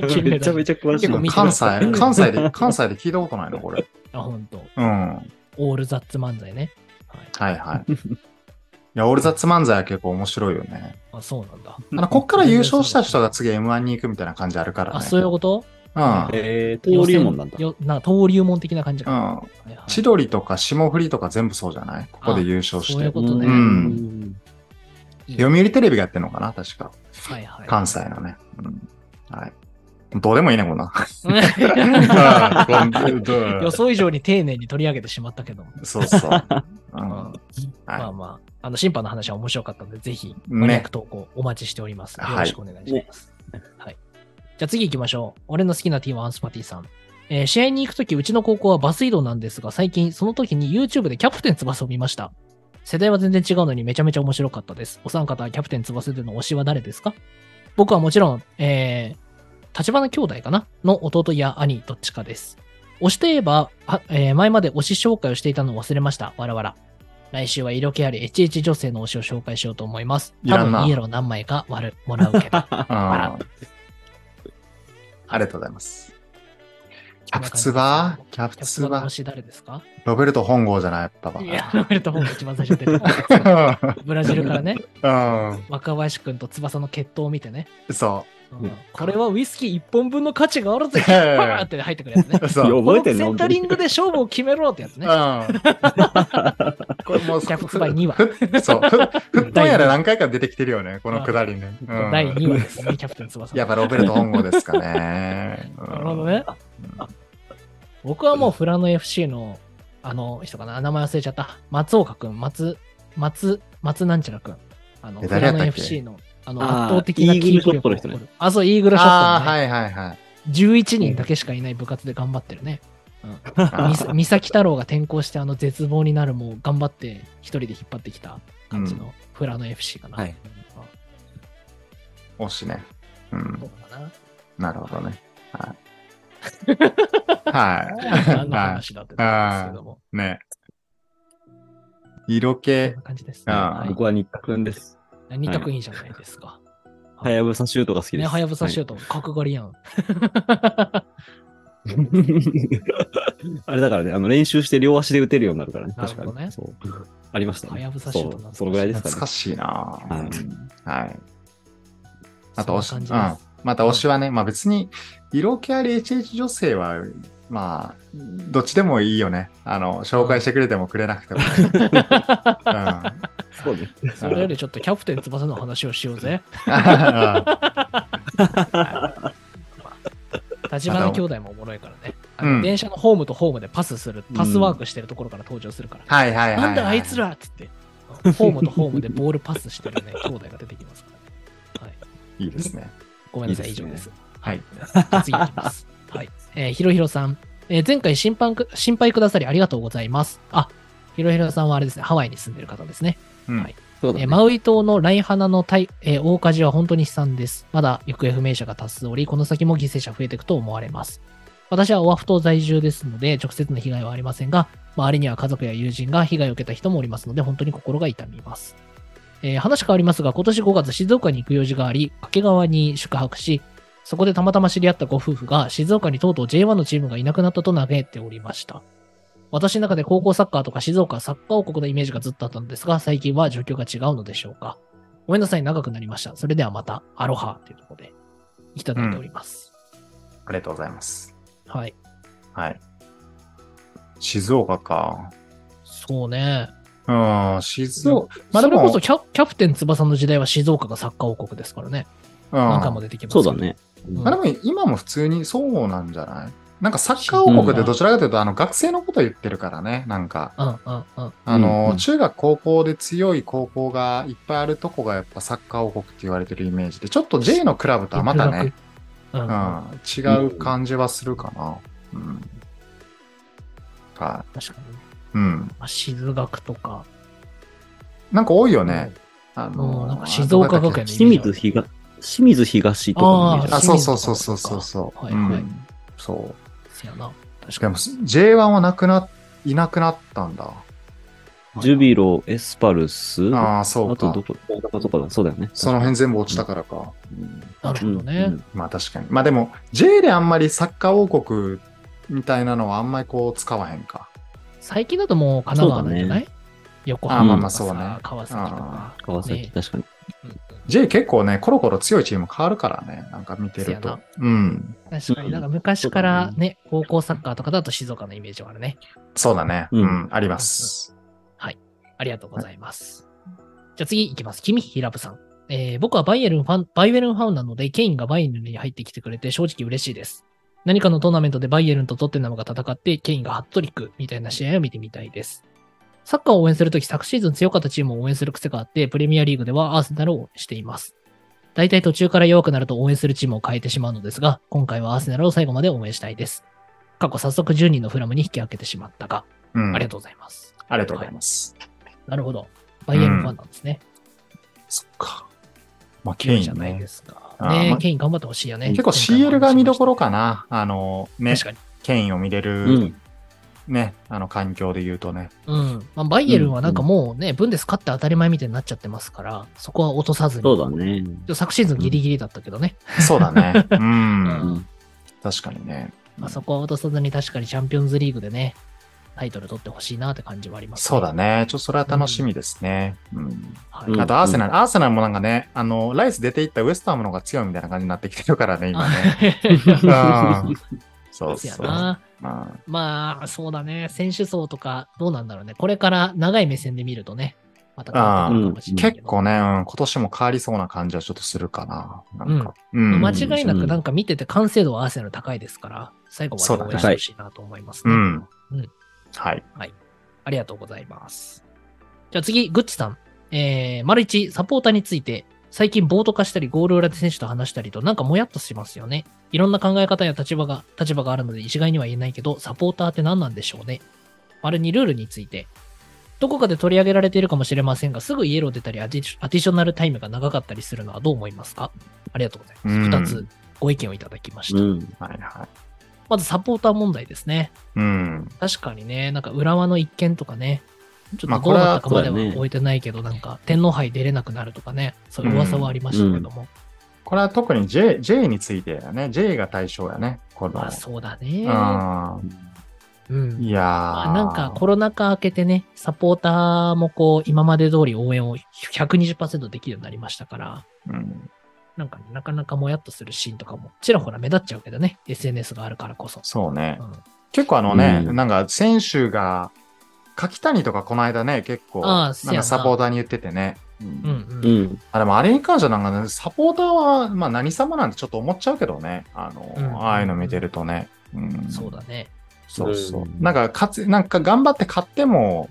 B: の金メ
C: めち
B: ダ
C: ゃめ
B: ル。
C: ちゃ詳しい。
A: 結構
B: 見て
A: 関
B: ます
A: 西、関西で、関西で聞いたことないの、これ。
B: あ、ほんと。
A: うん。
B: オールザッツ漫才ね。は
A: は
B: い、
A: い はい。いや、オールザッツ漫才は結構面白いよね。
B: あそうなんだ。
A: あの、こっから優勝した人が次 M1 に行くみたいな感じあるからね。
B: あ、そういうこと
A: うん。
C: えー、登竜門なんだ。
B: 予選よなんか登竜門的な感じ
A: う
B: か。
A: ん。
B: はいはい
A: 千鳥とか霜降りとか全部そうじゃないここで優勝し
B: そういう
A: て
B: こ。とね。
A: うん
B: いい
A: 読売テレビがやってるのかな確か。
B: はいはい。
A: 関西のね。うん。はい。どうでもいいね、こんな。
B: 予想以上に丁寧に取り上げてしまったけども。
A: そうそう。う
B: うん
A: ん
B: ま
A: は
B: あまあ、あの審判の話は面白かったので、ぜひ、
A: ね
B: マニアック投稿お待ちしております。よろしくお願いします。はい。じゃあ次行きましょう。俺の好きな T はアンスパティさん。えー試合に行くとき、うちの高校はバス移動なんですが、最近その時に YouTube でキャプテン翼を見ました。世代は全然違うのにめちゃめちゃ面白かったです。お三方はキャプテン翼での推しは誰ですか僕はもちろん、えー、立花兄弟かなの弟や兄、どっちかです。推しといえば、あえー前まで推し紹介をしていたのを忘れました。わらわら。来週は色気ありエチエチ女性の推しを紹介しようと思います。
A: い
B: 多
A: らんな
B: 分イエロー何枚か割るもらう け
A: う
B: ど。
A: んありがとうございます。キャプツバキャプ
B: キャプ
A: ツ
B: ツバの
A: バ
B: 推し誰ですか
A: ロベルト本郷じゃないやっぱ
B: いや、ロベルト・ホーク一番最初 に出てる。
A: う
B: ブラジルからね、
A: ん。
B: 若林くんと翼の決闘を見てね、
A: そ
B: うんこれはウイスキー1本分の価値があるぜ、
A: い
B: パ
A: やいやいや
B: ーンって入ってくるやつね。
A: う。
C: いや
A: そう。
C: 覚えてん
B: この
C: の
B: センタリングで勝負を決めろってやつ
A: う
B: ね
A: ん。。これもう、
B: キャプツバ2話。
A: ふそう。ふフットンやら何回か出てきてるよね、このくだりね。うん
B: 第2話ですね、キャプテン翼。
A: やっぱロベルト本郷ですかね。
B: なるほどね。僕はもうフラノ FC の、あの人かな、名前忘れちゃった。松岡くん、松、松、松なんちゃらくん。あの、
A: え
B: フ
A: 誰や
B: ラ
A: ったっ
B: ノ
A: け
B: FC の、あの、
C: あー
B: 圧倒的な
C: イーグルショットの人ね
B: キープ力を誇るあ、そう、イーグルショット
A: あ
B: の
A: あ、
B: ね、
A: はいはいはい。
B: 11人だけしかいない部活で頑張ってるね。みさ三崎太郎が転校して、あの、絶望になるもう頑張って、一人で引っ張ってきた感じのフラノ FC かな。
C: はい
B: あ
A: 推しね。うん
B: そ。うかな。
A: なるほどね。はい。は
B: 何
A: い。
B: の
A: は
B: 話だってたんですけども。
A: い。ね。色
B: こん
A: 気
B: な。感じです、ね。
A: あー
B: はい
C: 僕は新田くんです。
B: 二択いいじゃないですか。
C: はやぶさシュートが好きです。
B: ね、はやぶさシュー
C: ト。
B: ト、角刈りやん。
C: あれだからね、あの練習して両足で打てるようになるからね。確
B: な
C: か
B: るほ
C: に。
B: どね
C: そうありましたね。
B: はやぶさシュート
C: そうそのぐらいですか
A: 懐
C: ね
A: か。しいな
C: は
A: ぁはい。あと推し、
B: そ
A: うんん
B: な感じです。
A: また推しはね、まあ別に、色気あり HH 女性は、まあ、どっちでもいいよね。あの、紹介してくれてもくれなくてもね。 うん
C: そうね。
B: それよりちょっとキャプテン翼の話をしようぜ。立花兄弟もおもろいからね。あ
A: うん
B: の電車のホームとホームでパスする、パスワークしてるところから登場するから。
A: はいはいはいはい。
B: なんだあいつらっつって、ホームとホームでボールパスしてるね、兄弟が出てきますから、ね。はい。
A: いいですね。
B: ごめんなさい、
C: いい
B: 以
C: です
B: 上
C: ね
B: です。
A: はい。
B: 次いきます。はい。えーひろひろさん。えー前回心配く、心配くださりありがとうございます。あ、ひろひろさんはあれですね、ハワイに住んでる方ですね。
A: うん
B: はい
C: そうだ
B: えー
C: ね。
B: マウイ島のライハナの大、えー大火事は本当に悲惨です。まだ行方不明者が多数おり、この先も犠牲者増えていくと思われます。私はオアフ島在住ですので、直接の被害はありませんが、周りには家族や友人が被害を受けた人もおりますので、本当に心が痛みます。えー話変わりますが、今年5月静岡に行く用事があり、掛川に宿泊し、そこでたまたま知り合ったご夫婦が、静岡にとうとう J1 のチームがいなくなったと嘆いておりました。私の中で高校サッカーとか静岡はサッカー王国のイメージがずっとあったのですが、最近は状況が違うのでしょうか。ごめんなさい、長くなりました。それではまた、アロハというところでいただいております。
A: ありがとうございます。
B: はい。
A: はい。静岡か。
B: そうね。
A: うん、静岡。まあ
B: それこ
A: でも
B: そキャキャプテン翼の時代は静岡がサッカー王国ですからね。
A: うん。
B: 何回も出てきますけ
C: そ
B: ど
C: うだ。ね。
B: うん
A: まあでも今も普通にそうなんじゃないなんかサッカー王国でどちらかというと、あの学生のこと言ってるからね、なんか。
B: うんうんうん。
A: あの、
C: うん
A: 中学高校で強い高校がいっぱいあるとこがやっぱサッカー王国って言われてるイメージで、ちょっと J のクラブとはまたね、
B: うん。
A: う
B: うん。
A: ん、違う感じはするかな。うん。か、
B: 確かにね。
A: うん。
B: まあ、静学とか、
A: なんか多いよね。あ
B: う
A: の
B: んなんか静岡学園の
C: 清水東、清水東とかのイメージ
A: あ、
C: だ
A: そうそうそうそうそうそう。
B: はいはい
A: うんそう。
B: せやな。確
A: で
B: か
A: も
B: に。
A: J1 はなくな、いなくなったんだ。
C: ジュビロ、エスパルス、
A: ああ、そう
C: あと
A: か
C: ど。こ、大阪とかだ、そうだよね。
A: その辺全部落ちたからか。うん
B: なるほどね。
C: うんうん
A: まあ確かに。まあでも、J であんまりサッカー王国みたいなのはあんまりこう使わへんか。
B: 最近だともう神奈川なんじゃない、横
A: あま
B: 浜
A: あ
B: と
A: まあ
B: か
A: そう
B: さ、
A: ね
B: 川崎とか
A: あ。
C: 川崎、
B: ね
C: 確かに。
A: J 結構ね、コロコロ強いチーム変わるからね、なんか見てる
B: せや
A: と
B: な。
A: うん。
B: 確かに、なんか昔からね、高校サッカーとかだと静岡のイメージはあるね。
A: そうだね。
C: うん
A: うん、あります。
B: ありがとうございます。じゃあ次いきます。君、平部さん。えー僕はバイエルンファン、バイエルンファンなので、ケインがバイエルンに入ってきてくれて正直嬉しいです。何かのトーナメントでバイエルンとトッテナムが戦って、ケインがハットリックみたいな試合を見てみたいです。サッカーを応援するとき、昨シーズン強かったチームを応援する癖があって、プレミアリーグではアーセナルをしています。大体途中から弱くなると応援するチームを変えてしまうのですが、今回はアーセナルを最後まで応援したいです。過去早速10人のフラムに引き分けてしまったが、
A: うん。
B: ありが
A: と
B: とうございます。
A: う。ありがとうございます。
B: なるほど。バイエルンファンなんですね。
A: そっか。まあ、
B: ケ
A: ケ
B: イ
A: イ
B: ンじゃ
A: ン
B: ない
A: ね
B: で。すか。
A: あー
B: ね
A: まあ
B: ケイン頑張ってほしいよね。
A: 結構 CL が見どころかな。あの、ね
B: 確、かに。
A: ケインを見れ
C: う
A: る、
C: ん。
A: ね、あの、環境で言うとね。
B: うん。まあ、バイエルンはなんかもうね、ブンデス勝って当たり前みたいになっちゃってますから、そこは落とさずに。
C: そうだね。
B: 昨シーズンギリギリだったけどね。
A: そうだ ね。う。
B: うん
C: ん。
A: 確かにね。
B: まあ、そこは落とさずに確かにチャンピオンズリーグでね、タイトル取ってほしいなって感じはあります、
A: そうだ。ね。ちょっとそれは楽しみですね。うん。
B: は
C: うん
A: あと、アーセナル。アーセナルもなんかね、あの、ライス出ていったウエストハムの方が強いみたいな感じになってきてるからね、今ね。
B: い。
A: うんそう
B: そうや
A: そう。
B: な。
A: まあ
B: まあ、そうだね。選手層とか、どうなんだろうね。これから長い目線で見るとね、また変わってくるかもしれないけ
A: 結
B: ど。
A: 構ね、うん今年も変わりそうな感じはちょっとするかな。なんか。うん
B: 間違いなくなんか見てて完成度はアーセナル高いですから、最後まで応援してほしいなと思います
A: う
B: ね。
A: ん
B: うん。
A: はい。
B: ありがとうございます。じゃあ次、グッチさん。えー、丸一、サポーターについて、最近暴徒化したり、ゴール裏で選手と話したりと、なんかもやっとしますよね。いろんな考え方や立場が、立場があるので一概には言えないけど、サポーターって何なんでしょうね。丸二、ルールについて。どこかで取り上げられているかもしれませんが、すぐイエロー出たりアディショ、アディショナルタイムが長かったりするのはどう思いますかありがとうございます。
A: うん
B: 二、つご意見をいただきました。
C: うん。
A: はいはい。
B: まずサポーター問題ですね。
A: うん。
B: 確かにね、なんか浦和の一件とかね、ちょ
A: ま
B: っ
A: あ
B: とどうだったかまでは
C: これはそうだね
B: 終えてないけど、なんか天皇杯出れなくなるとかね、そういう噂はありましたけども。
A: これは特に J, J についてだね。J が対象やね。この。
B: まあそうだね。
A: う
B: うん
A: ん。いやー
B: まあ、なんかコロナ禍明けてね、サポーターもこう、今まで通り応援を120%できるようになりましたから、
A: うん
B: なんかね、なかなかもやっとするシーンとかも、ちらほら目立っちゃうけどね、SNS があるからこそ。
A: そうね
B: う。ん
A: 結構あのね、
C: うん
A: なんか選手が、柿谷とかこの間ね、結構、
B: あ
A: なん
B: あせやな
A: かサポーターに言っててね。う。
B: うんんう。
C: うんん。
A: あ、でもあれに関してはなんかね、サポーターは、まあ何様なんてちょっと思っちゃうけどね。あの、
B: うん
A: ああいうの見てるとね。うん。
B: そうだね。
A: そうそう
C: う。ん
A: なんか、勝つ、なんか頑張って勝っても、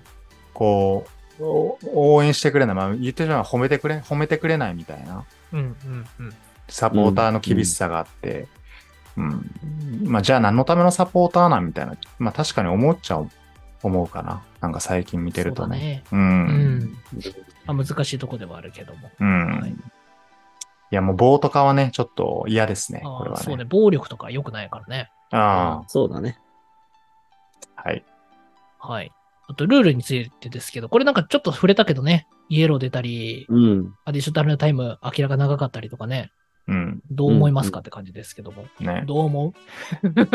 A: こう、お応援してくれない。まあ、言ってるのは褒めてくれ、褒めてくれないみたいな。
B: うんうんうん。
A: サポーターの厳しさがあって、うん。まあ、じゃあ何のためのサポーターなんみたいな。まあ、確かに思っちゃう、思うかな。なんか最近見てるとね。う。
B: そうだね。うんん。まあ、難しいとこではあるけども。
A: うん。
B: はい
A: い、や、もう棒とかはね、ちょっと嫌ですね。
B: あ
A: これは
B: ーそう
A: ね。
B: ね、暴力とか良くないからね。
A: あ
C: そうだね。
A: あ、はい。
B: はい。あと、ルールについてですけど、これなんかちょっと触れたけどね、イエロー出たり、
C: うん。
B: アディショナルタイム明らか長かったりとかね、
A: うん。
B: どう思いますかって感じですけども。
A: ね。
B: どう思
A: ま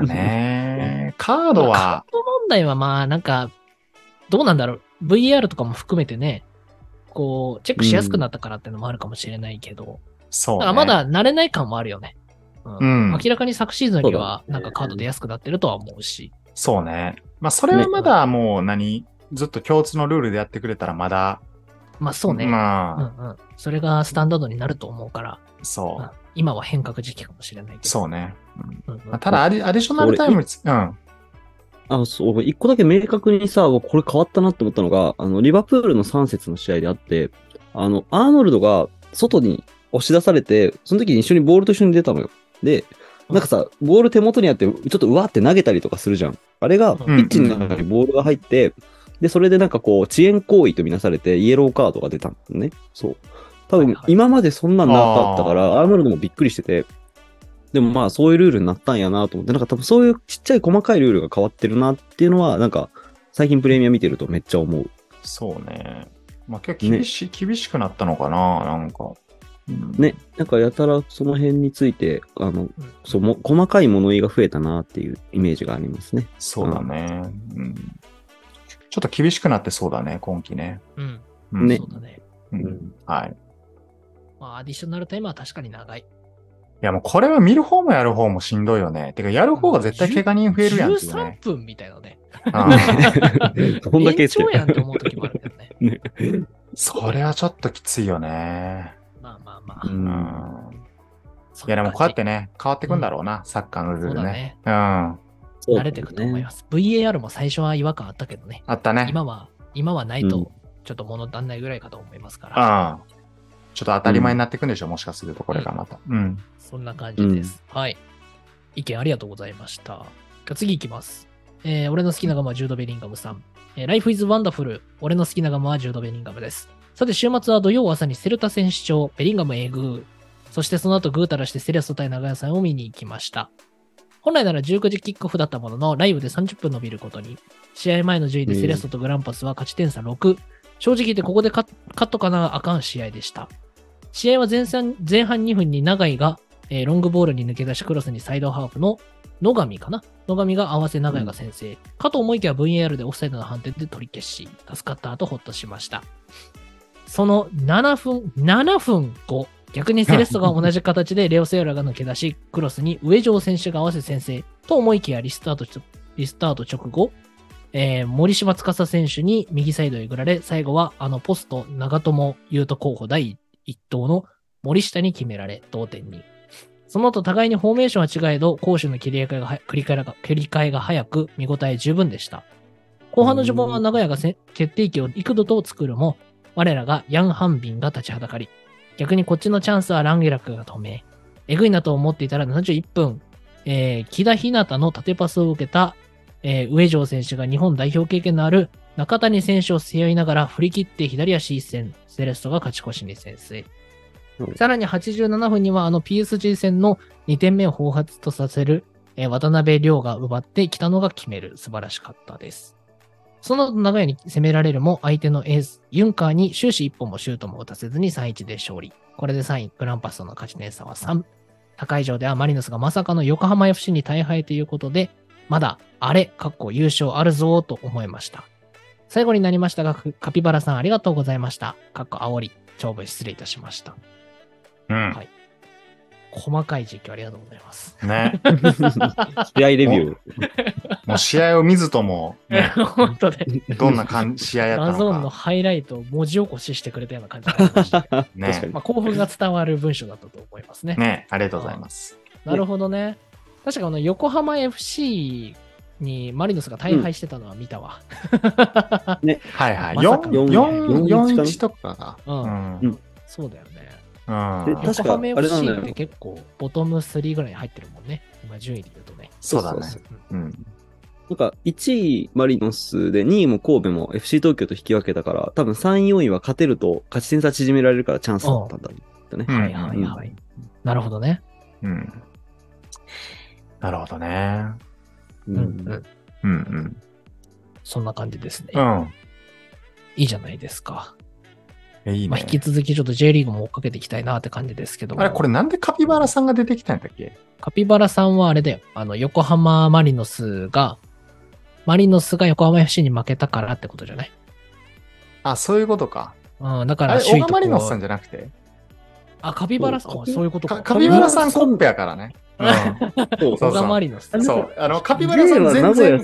A: あ。ね。カー
B: う
A: ド
B: まあ
A: は、
B: カット問題はまあ、なんか、どうなんだろう。VR とかも含めてね、こう、チェックしやすくなったからってのもあるかもしれないけど、
A: そう、
B: だ
A: ね。
B: からまだ慣れない感もあるよね。うん
A: うん
B: 明らかに昨シーズンよりは、
C: そうだ
B: なん
C: ね
B: かカード出やすくなってるとは思うし。
A: そうね。まあ、それはまだもう何、ずっと共通のルールでやってくれたらまだ、
B: まあそうね。
A: ま
B: う
A: あ、
B: んうん。それがスタンダードになると思うから、
A: そ
B: うん今は変革時期かもしれないけ
A: う、
B: ど。
A: そうね。うん
B: うんうん。
A: まあ、ただアディ、アディショナルタイムにつ、うん。
C: あ、そう、俺一個だけ明確にさ、これ変わったなって思ったのが、あの、リバプールの3節の試合であって、あの、アーノルドが外に押し出されて、その時に一緒にボールと一緒に出たのよ。で、なんかさ、ボール手元にあって、ちょっとうわって投げたりとかするじゃん。あれが、ピ
B: うん
C: ッチの中にボールが入って、で、それでなんかこう、遅延行為とみなされて、イエローカードが出たんだね。そう。多
B: はい
C: 分
B: はい、
C: 今までそんなんなかったから、アーノルドもびっくりしてて、でもまあそういうルールになったんやなと思って、なんか多分そういうちっちゃい細かいルールが変わってるなっていうのは、なんか最近プレミア見てるとめっちゃ思う。
A: そうね。まあ、結構厳し,、厳しくなったのかな、なんか。うん
C: ね、なんかやたらその辺について、あの、そうも細かい物言いが増えたなっていうイメージがありますね。
A: そうだね。うん。ちちょっと厳しくなってそうだね、今季ね。
B: うん。
A: うん
C: ね
B: そうだね。
A: う
C: うんん
A: はい。い
B: まあ、アディショナルタイムは確かに長い。
A: や、もうこれは見る方もやる方もしんどいよね。てか、やる方が絶対怪我人増えるやんっていうね。
B: 13分みたいなね。
A: うん
C: こんだけ
B: 延
C: って
B: 長やんって思う時もあるけどね。
A: それはちょっときついよね。
B: まあまあまあ
C: う。
A: うん
C: ん。
B: そ
A: いや、でもこうやって
B: ね、
A: ね、変わってくんだろうな、サッカーのル
B: そ
A: ー
B: う
A: ル
B: だ
A: ね。
B: ね。
A: うん。あ
C: そうだ
B: 慣
C: ね
B: れていくと思います。VAR も最初は違和感あったけどね。
A: ったね。
B: 今は、今はない
C: うん
B: と、ちょっと物足んないぐらいかと思いますから。
A: うん。ちょっと当たり前になってくんでしょ、もしかするとこれかなと。うん。
B: そんな感じです。はい。意見ありがとうございました。じゃあ次いきます。えー俺の好きなガムはジュード・ベリンガムさん。えー Life is Wonderful。俺の好きなガムはジュード・ベリンガムです。さて、週末は土曜朝にセルタ戦市長、ベリンガム英宮。そしてその後グータラしてセレスト対長屋さんを見に行きました。本来なら19時キックオフだったものの、ライブで30分伸びることに。試合前の順位でセレストとグランパスは勝ち点差6。正直言ってここでカッカットかなあかん試合でした。試合は前半前半2分に永井がえーロングボールに抜け出しクロスにサイドハーフの野上かな野上が合わせ長井が先制、かと思いきや VAR でオフサイドの判定で取り消し、助かった後ほっとしました。その7分、7分後、逆にセレストが同じ形でレオ・セオラが抜け出し、クロスに上条選手が合わせ先制と思いきやリスタートしリスタート直後、えー森島司選手に右サイドへぐられ、最後はあのポスト長友優斗候補第1投の森下に決められ、同点に。その後、互いにフォーメーションは違えど、攻守の切り替えがは繰り替えが切り替えが早く、見応え十分でした。後半の序盤は長屋がせ決定機を幾度と作るも、我らがヤン・ハンビンが立ちはだかり、逆にこっちのチャンスはランゲラクが止め、えぐいなと思っていたら71分、えー木田ひなたの縦パスを受けた、えー上条選手が日本代表経験のある中谷選手を背負いながら振り切って左足一戦、セレストが勝ち越しに先制。さらに87分にはあの PSG 戦の2点目を放発とさせる、えー渡辺亮が奪って北野が決める。素晴らしかったです。その後長屋に攻められるも相手のエース、ユンカーに終始1本もシュートも打たせずに3-1で勝利。これで3位、グランパスとの勝ち点差は3。高い上ではマリノスがまさかの横浜 FC に大敗ということで、まだ、あれ、かっこ優勝あるぞーと思いました。最後になりましたが、カカピバラさんありがとうございました。かっこ煽り、長文失礼いたしました。
A: うん
B: は。い。細かい実況ありがとうござい ます。
A: ね。
C: 試合レビュー。
A: もう試合を見ずとも、 ね
B: 本当で、
A: どんな感じ試合や
B: ダ
A: った
B: ゾーン
A: の
B: の
A: か。
B: ハイライトを文字起こししてくれたような感じがありま したけ
A: ね
C: 確かに
B: ど。まあ、興奮が伝わる文章だったと思いますね。
A: ね。ありがとうございます。
B: なるほどね。確かあの横浜 FC にマリノスが大敗してたのは見たわ。
A: はいはい。
B: まさか
A: 4、
C: 4
A: 4、
C: 4
A: 1とかか。
B: うん
A: うん。
C: うん
B: そうだよね。
A: う
C: で
A: ん。
C: 確か
B: 横浜
C: あれなん
B: FC
C: だよ
B: って結構ボトム3ぐらいに入ってるもんね。今順位で言うとね。
A: そうだね
C: そう。
A: うん。
C: なんか、1位マリノスで、2位も神戸も FC 東京と引き分けたから、多分3位、4位は勝てると勝ち点差縮められるからチャンスだったんだろうね。
B: はいはいはい。なるほどね。
A: うん。なるほどね。
C: う
B: うんうん。
A: うんうん。
B: そんな感じですね。
A: うん
B: いいじゃないですか。
A: え。いい
B: まあ、
A: ね
B: 引。き続きちょっと J リーグも追っかけていきたいなって感じですけども
A: あれ、これなんでカピバラさんが出てきたんだっけ
B: カピバラさんはあれだよ。あの、横浜マリノスが、マリノスが横浜 FC に負けたからってことじゃない
A: あ、そういうことか。
B: うん、だか
A: あ
B: ら
A: れ、
B: 首
A: 小
B: 位
A: 川
B: と
A: マリノスさん
B: こう
A: じゃなくて
B: あ、カピバラさん、
C: そう
B: あそういうこと
A: か
B: か。
A: カピバラさんコンペやからね。う
C: そう
A: そ
B: 小
A: うそう
B: 川マリノス。
A: ん。
B: う。
A: そう。あの、カピバラさん全然、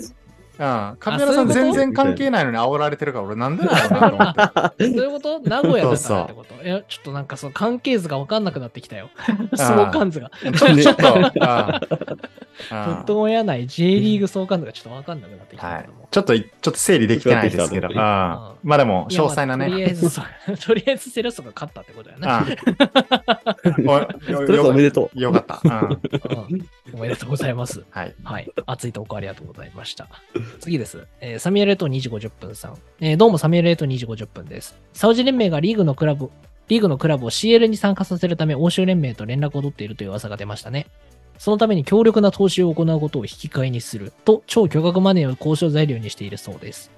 A: うん。カピバラさん
B: あそういうこと
A: 全然関係ないのに煽られてるから、俺なんでだろうなと思って。
B: そういうこと名古屋だからってこと。いや、ちょっとなんかその関係図がわかんなくなってきたよ。相関図が。
A: ちょちょっと、うんうん
B: とってもやない J リーグ相関図がちょっとわかんなくなってきた
A: はい
B: けども。
A: ちょっと、ちょっと整理できてないですけど。
C: う
A: うんんまあでも、
B: いや
A: 詳
B: まあ
A: 細なね。
B: とりあえ ずそう、 とりあえずセレッソが勝ったってことだよ
A: う
B: ね。
A: ん お
C: と
A: よ
C: りあえずおめでとう。
A: よかった。うん
B: うんおめでとうございます。
A: はい。
B: はい。熱い投稿ありがとうございました。次です。えーサミュエル・エト2時50分さん。えーどうもサミュエル・エト2時50分です。サウジ連盟がリーグのクラブ、リーグのクラブを CL に参加させるため欧州連盟と連絡を取っているという噂が出ましたね。そのために強力な投資を行うことを引き換えにすると超巨額マネーを交渉材料にしているそうです。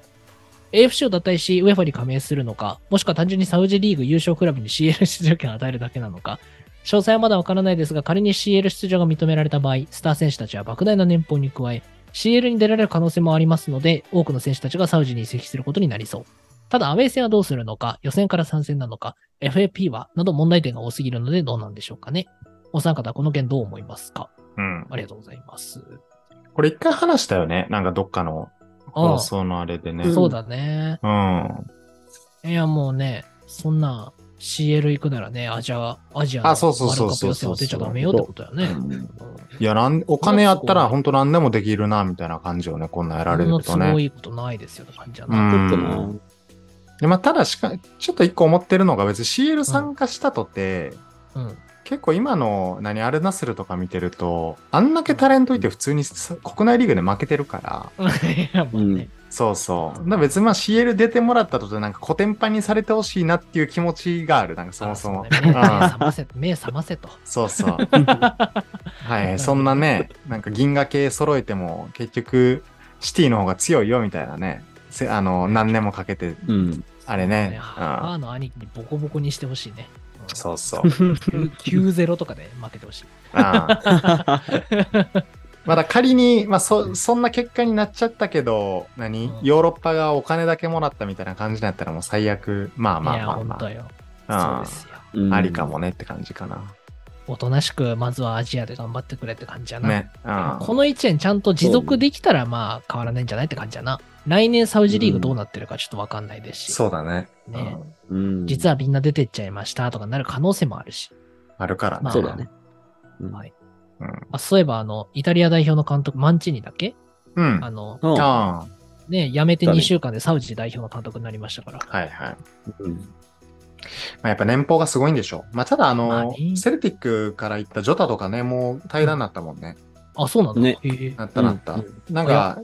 B: AFC を脱退し UEFA に加盟するのか、もしくは単純にサウジリーグ優勝クラブに CL 出場権を与えるだけなのか、詳細はまだわからないですが、仮に CL 出場が認められた場合、スター選手たちは莫大な年俸に加え、 CL に出られる可能性もありますので、多くの選手たちがサウジに移籍することになりそう。ただ、アウェー戦はどうするのか、予選から参戦なのか、FAP は、など問題点が多すぎるのでどうなんでしょうかね。お三方、この件どう思いますか
A: うん。
B: ありがとうございます。
A: これ一回話したよね。なんかどっかの放送のあれでね。
B: そうだね。
A: うん。
B: いや、もうね、そんな CL 行くならね、アジア、アジアの
A: あそうそうそうそう
B: ワールドカップ予選は出ちゃダメよってことだよね。
A: いや、なん、お金あったら本当何でもできるな、みたいな感じをね、こんなやられ
B: の
A: ると
B: 都合
A: ね。
B: いいことないですよって感じだ
A: う
B: な。
C: ちょっと
A: ん。
C: な。
A: でまあ、ただしか、ちょっと一個思ってるのが別に CL 参加したとて、
B: うん。
A: 結構今の、何、アルナスルとか見てると、あんだけタレントいて普通にさ国内リーグで負けてるから、
B: いや、もうね。
A: そうそう。だから別にまあ CL 出てもらったとて、なんかコテンパンにされてほしいなっていう気持ちがある、なんかそもそも
B: あ。うね目目覚ませ、目覚ませと。
A: そう そう。はい、そんなね、なんか銀河系揃えても結局シティの方が強いよみたいなね、せあの何年もかけて、
C: うん。
A: あれね。
B: ハーの兄貴にボコボコにしてほしいね。
A: うん、そうそう。
B: うん9 9-0とかで負けてほしい。
A: あまだ仮に、まあそ、そんな結果になっちゃったけど、何
B: うん
A: ヨーロッパがお金だけもらったみたいな感じになったらもう最悪、まあまあ
B: いや、
A: まあ
B: 本
A: ま
B: 当よ。
A: あう
B: そう
A: ん
B: で。すよ。
A: ありか。もねって感じかな。
B: おとなしく、まずはアジアで頑張ってくれって感じやな。
A: ね。うん
B: この1年ちゃんと持続できたら、まあ変わらないんじゃないって感じだな。来年サウジリーグどうなってるかちょっとわかんないですし。
A: そうだね。
B: ね
A: うん
C: うん、
B: 実
C: は、
B: はみんな出てっちゃいましたとかなる可能性もあるし。
A: あるからね。
B: まあ
C: そうだね。うん
B: はい
A: うん。
B: あそういえば、あの、イタリア代表の監督、マンチーニだっけ
A: うん。
B: あの、
C: うん
A: あ
B: ね、辞めて
C: 誰
B: 2週間でサウジ代表の監督になりましたから。
A: あはいはい。
C: うん
A: まあ、やっぱ年俸がすごいんでしょう。まあ、ただ、あの、
B: まあね
A: セルティックから行ったジョタとかね、もう平らになったもんね。
B: あ、そうなんだ。
C: ね
B: へえ
A: なったなった。
C: うん
A: なんか、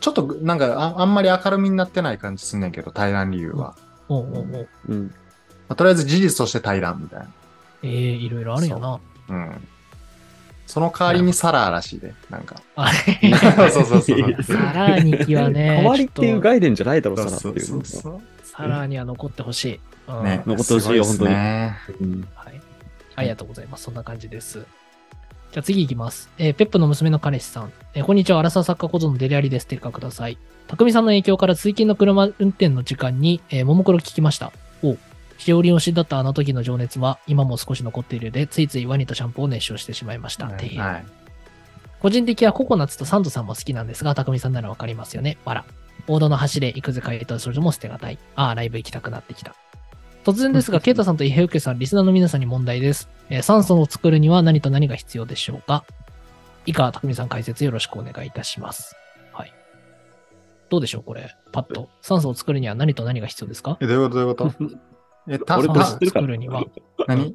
A: ちょっと、なんかあ、あんまり明るみになってない感じすんねんけど、対談理由は。
B: おうおうおう
C: うん。
A: まあとりあえず事実として対談みたいな。
B: ええいろいろあるよな。
A: うん。その代わりにサラーらしいで、なんか。
B: あ
C: う
B: れ
C: ん
A: そうそうそうそう。
B: サラーニキはね、
C: 代わりってい
B: ち
C: う
B: ょっ
C: 概念じゃないだろ、
A: そう
C: さらって
A: そう
C: いう
A: そ
C: の
A: うそう。
B: とサラーニは残ってほしい。うん
A: ね、
C: 残ってほしいよ
A: すごですね
C: うん
B: はい。ありがとうございます。そんな感じです。じゃあ次いきます。えーペップの娘の彼氏さん。えーこんにちは。アラサー作家ことのデリアリです。テレカください。匠さんの影響から通勤の車運転の時間に、えーももクロ聞きました。おしおり推しだったあの時の情熱は今も少し残っているようで、ついついワニとシャンプーを熱唱してしまいました。てへ
A: はい。
B: 個人的にはココナッツとサンドさんも好きなんですが、匠さんならわかりますよね。わら。王道の橋で行くぜ回答するのも捨てがたい。ああ、ライブ行きたくなってきた。突然ですが、ケイタさんとイヘウケさん、リスナーの皆さんに問題です。えー酸素を作るには何と何が必要でしょうか以下、匠さん解説よろしくお願いいたします。はい。どうでしょうこれ。パッと。酸素を作るには何と何が必要です か
A: え、どういうことどういう ことえ、た
C: 俺
B: 酸
C: と
B: 素を
C: 知ってるか
B: 作るには。
A: 何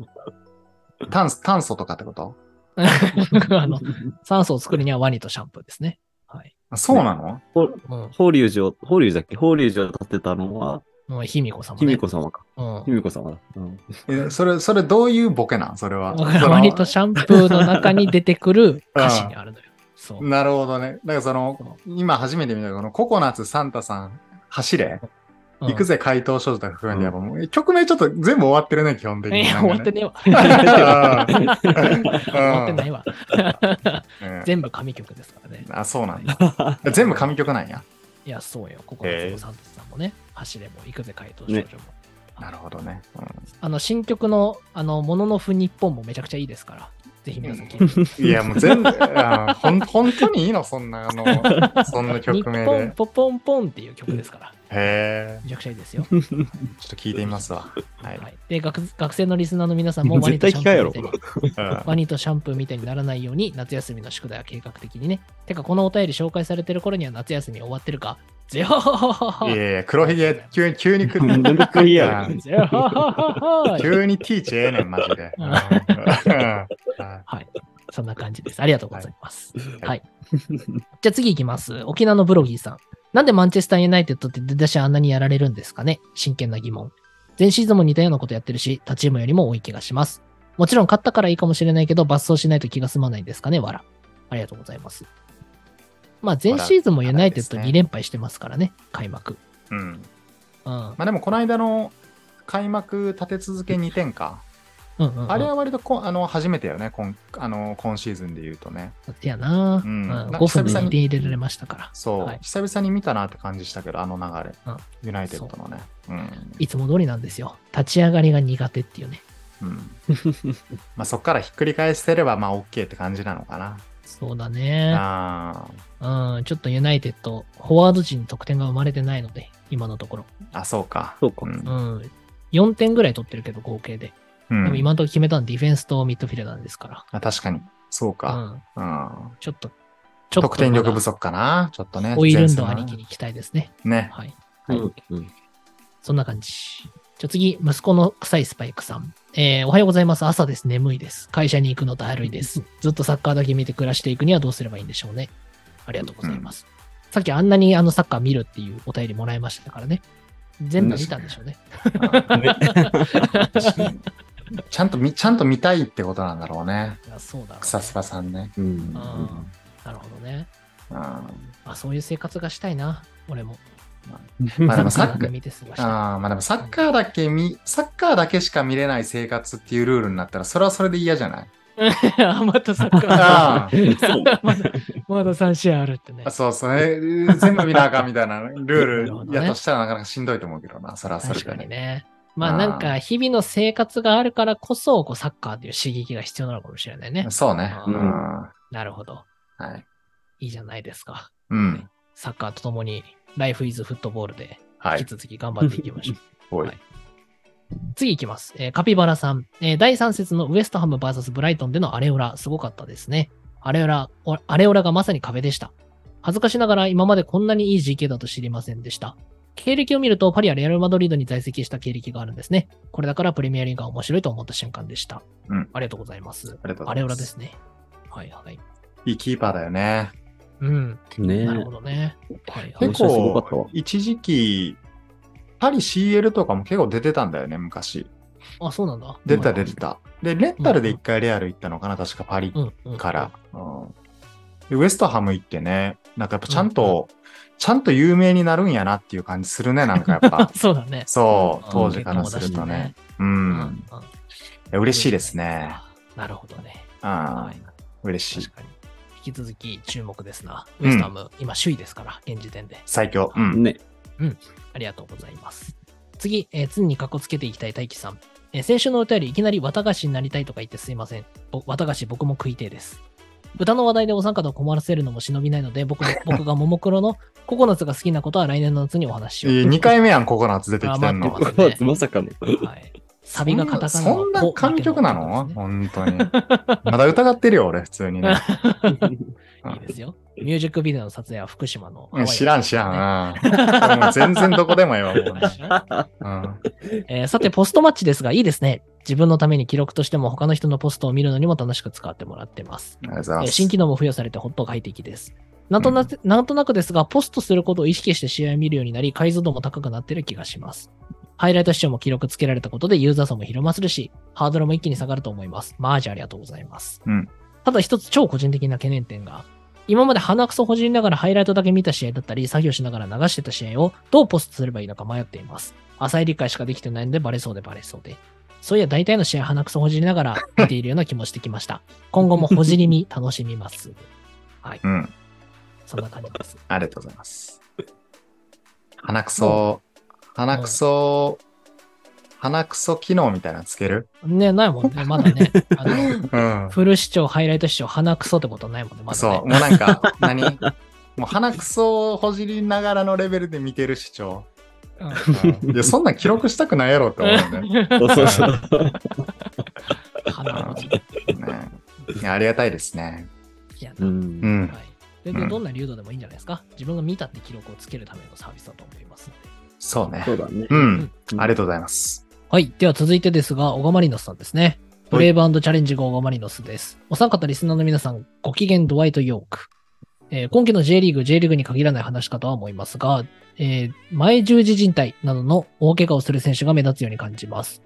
A: 炭素、炭素とかってこと
B: あの、酸素を作るにはワニとシャンプーですね。はい。
A: あそうなの、
B: うん。
C: 法隆寺を、法隆寺だっけ法隆寺を建てたのは、
B: もう卑弥呼様ね。
C: 卑弥呼様か。
B: うん
C: 卑。弥呼様だ。うん
A: え、それ、それどういうボケなんそれは。その
B: 割とシャンプーの中に出て くる歌詞にあるのよ。そう。
A: なるほどね。だからその、今初めて見たこのココナッツサンタさん、走れ、行く
B: ぜ。
A: ぜ怪盗少女とか含んで、やっぱもう、曲名ちょっと全部終わってるね、基本的
B: い
A: に。
B: や、終わって
A: る。
B: ねえわ。終わってないわ。
A: うん
B: 全部神曲ですからね。
A: あ、そうなんだ。全部神曲なんや。
B: いや、そうよ。ここの
A: へえ
B: サンタさんもね、走れも行くぜ、怪盗少女も。
A: なるほどね。う
B: あの、新曲の、あの、もののふ日本もめちゃくちゃいいですから、ぜひ皆さん聞いてくださ。
A: んいや、もう全部、あほん本当にいいのそんな、あの、そんない
B: 日
A: 曲名
B: 本
A: で。
B: ポポンポンっていう曲ですから、
A: へえ。
B: めちゃくちゃい いですよ。
A: ちょっと聞いてみます わ。は。
B: はいい、で学、学生のリスナーの皆さんも、
C: 絶対機械やろ
B: ワニとシャンプーみたいに
A: うん
B: ワニとシャンプーみたいにならないように夏休みの宿題は計画的にね。てかこのお便り紹介されてる頃には夏休み終わってるか。ゼホホホホホ
A: いやいや、黒ひげ、急に、急に来る。
C: 全部クリア
A: うん
B: ゼホホホホ
A: 急にティーチええねん、マジで。
B: う
A: うんんうん
B: はい。そんな感じです。ありがとうございます。はい。じゃあ次行きます。沖縄のブロギーさん。なんでマンチェスターユナイテッドって出だしあんなにやられるんですかね真剣な疑問。前シーズンも似たようなことやってるし、他チームよりも多い気がします。もちろん勝ったからいいかもしれないけど、抜走しないと気が済まないんですかねわら。ありがとうございます。まあ前シーズンもユナイテッド
A: わらですね
B: 2連敗してますからね、開幕。
A: うん
B: うん。
A: まあでもこの間の開幕立て続け2点か。
B: うんうんうん、
A: あれは割とこあの初めてよね、今あの今シーズンで言うとね。
B: せやな、
A: う
B: うんん
A: なんか
B: 5分で
A: 久々に
B: 入れられましたから。
A: そう、
B: はい
A: 久々に見たなって感じしたけど、あの流れ、
B: うん
A: ユナイテッドのね。うん
B: いつも通りなんですよ。立ち上がりが苦手っていうね。
A: うん、まあそこからひっくり返せれば、まあ OK って感じなのかな。
B: そうだね。
A: あ
B: うん、ちょっとユナイテッド、フォワード陣に得点が生まれてないので、今のところ。
A: ーあ、そうか。
C: そうか
A: ん
B: うん。4点ぐらい取ってるけど、合計で。
A: うん
B: でも今のところ決めたのはディフェンスとミッドフィルダーですか
A: あ確かに。そう
B: ら。う
A: か。
B: ん。
A: うん。
B: ちょっと、ちょっとまだ。
A: 得点力不足かな。ちょっとね。
B: オイルンド
A: 前
B: あ
A: 線
B: り
A: は
B: きに行きたいですね。
A: ね。
B: はい。
C: う
A: はい
C: んうん
B: そんな感じ。じゃあ次、息子の臭いスパイクさん。えーおはようございます。朝です。眠いです。会社に行くのだるいです。ずっとサッカーだけ見て暮らしていくにはどうすればいいんでしょうね。ありがとうございます。さっきあんなにあのサッカー見るっていうお便りもらいましたからね。全部見たんでしょうね。
A: うん ちゃんと見、ちゃんと見たいってことなんだろうね。
B: いやそうだろうね
A: 草スパさんね。
C: うん
B: あーなるほどね。
A: うん
B: あ、そういう生活がしたいな。俺も。
A: まあでもサ
B: サ
A: ッカ
B: ッカー
A: ー、
B: 見て過ごしたい。
A: あーまあでもサッカーだけ見、サッカーだけしか見れない生活っていうルールになったら、それはそれで嫌じゃない
B: あ、またサッカー。
A: あ
C: そう
B: まだ、 まだ3試合あるってね
A: あ、。 そうそう、えー全部見なあかんみたいなルールやとしたらなかなかしんどいと思うけどな、それはそれ
B: 確
A: で
B: かに
A: ね。
B: ね。ま
A: あ
B: あ
A: ー
B: なんか日々の生活があるからこそこうサッカーという刺激が必要なのかもしれないね。
A: そうね。
B: あ
A: う
B: ー
A: ん。は
B: なるほど。
A: い。
B: いいじゃないですか。
A: うん。
B: サッカーとともに Life is Football で
A: は
B: 引
A: い
B: き。続き頑張っていきましょう。
A: おい
B: はい次いきます、えーカピバラさん、えー第3節のウエストハム VS ブライトンでのアレオラ、すごかったですね。アレオラ、おアレオラがまさに壁でした。恥ずかしながら今までこんなにいい GK だと知りませんでした。経歴を見るとパリやレアル・マドリードに在籍した経歴があるんですね。これだからプレミアリーグが面白いと思った瞬間でした。
A: うん
B: ありがとうございます。
A: ありがとうござ
B: アレ
A: い
B: オ
A: ま
B: ラ
A: す。
B: ですね。はいはい。
A: いいキーパーだよね。
B: うん。
C: ね
B: なるほどね。はいはい
A: 結
C: 面白いすごかったわ
A: 構、一時期、パリ CL とかも結構出てたんだよね、昔。
B: あ、そうなんだ。
A: 出てた、
B: はいは
A: 出
B: い
A: て。た。で、レンタルで一回レアル行ったのかな、確かパリ
B: うん、うん。。
A: から。うんでウエストハム行ってね、なんかやっぱちゃんと、ちゃんと有名になるんやなっていう感じするね、なんかやっぱ
B: そうだね。
A: そう、
B: うん
A: 当時からするとね。。う
B: うんん。。うん
A: いや嬉しいですね。。
B: なるほどね。
A: あ
B: は
A: あ、
B: い。
A: 嬉しい
B: 確。かに。引き続き注目ですな。
A: うん
B: ウエスタム、今首位ですから、現時点で。
A: 最強。うん。
C: ね。
B: ありがとうございます。次、えー常にかっこつけていきたい大輝さん。えー先週のお便り、いきなり綿菓子になりたいとか言ってすいません。ぼ綿菓子、僕も食いてえです。歌の話題でお三方を困らせるのも忍びないの で、僕も僕がももクロのココナッツが好きなことは来年の夏にお話ししよう。
A: 2回目やん、ココナッツ出てきてん
B: あ
A: の
B: 待。ってますね
C: まさ かの。
B: はい。サビがカタカナの
A: そんなそんな神曲なの
B: こ
A: 本当に。まだ疑ってるよ、俺、普通 にね。
B: いいですよ。ミュージックビデオの撮影は福島の
A: うん知らん、知らんうん。もう全然どこでもええわ、もう ねうん
B: えーさて、ポストマッチですが、いいですね。自分のために記録としても、他の人のポストを見るのにも楽しく使ってもらってます。
A: ありがとうござい
B: え
A: ま
B: ー
A: す。
B: 新機能も付与されて、本当快適です。なんとなく、なんとなくですが、ポストすることを意識して試合を見るようになり、解像度も高くなってる気がします。ハイライト視聴も記録つけられたことでユーザー層も広まするし、ハードルも一気に下がると思います。マージありがとうございます。
A: うん
B: ただ一つ超個人的な懸念点が、今まで鼻くそほじりながらハイライトだけ見た試合だったり、作業しながら流してた試合をどうポストすればいいのか迷っています。浅い理解しかできてないのでバレそうでバレそうで。そういや大体の試合鼻くそほじりながら見ているような気もしてきました。今後もほじり見楽しみます。はい。
A: うん。
B: そんな感じです。
A: ありがとうございます。鼻くそ、鼻くそ、鼻くそ機能みたいなのつける
B: ね、ないもんね。まだね。あ の、
A: うん。
B: フル視聴、ハイライト視聴、鼻くそってことないもんね。まだ
A: そう、
B: ね
A: もう。なんか、何もう鼻くそをほじりながらのレベルで見てる主張。
B: うん
A: うんいや、そんなん記録したくないやろって思うんだ よね。
C: そうそうそう。
B: 鼻くそ。
A: ねいやありがたいですね。
B: いやな。
C: うん
A: うん
B: はい。全
A: うん
B: 然どんな流度でもいいんじゃないですか。自分が見たって記録をつけるためのサービスだと思いますので。
A: そうね
C: そ。うだね。
A: うん。ありがとうございます。
B: はい。では続いてですが、小川マリノスさんですね。ブレイブチャレンジ後小川マリノスです。お三方リスナーの皆さん、ご機嫌ドワイト・ヨーク。えー今期の J リーグ、J リーグに限らない話し方は思いますが、えー前十字靭帯などの大怪我をする選手が目立つように感じます。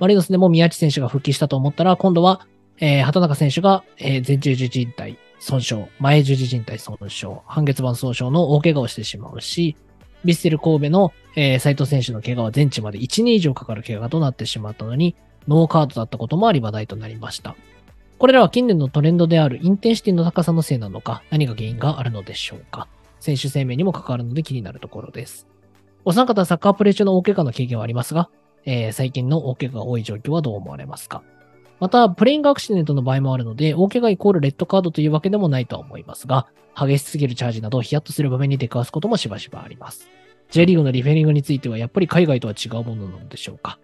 B: マリノスでも宮地選手が復帰したと思ったら、今度は、えー畑中選手が、えー前十字靭帯損傷、前十字靭帯損傷、半月板損傷の大怪我をしてしまうし、ヴィッセル神戸の、えー斉藤選手の怪我は全治まで1年以上かかる怪我となってしまったのに、ノーカードだったこともあり話題となりました。これらは近年のトレンドであるインテンシティの高さのせいなのか、何が原因があるのでしょうか。選手生命にも関わるので気になるところです。お三方はサッカープレー中の大怪我の経験はありますが、えー最近の大怪我が多い状況はどう思われますかまた、プレイングアクシデントの場合もあるので、大怪我イコールレッドカードというわけでもないとは思いますが、激しすぎるチャージなどヒヤッとする場面に出くわすこともしばしばあります。J リーグのリフェリングについてはやっぱり海外とは違うものなのでしょうか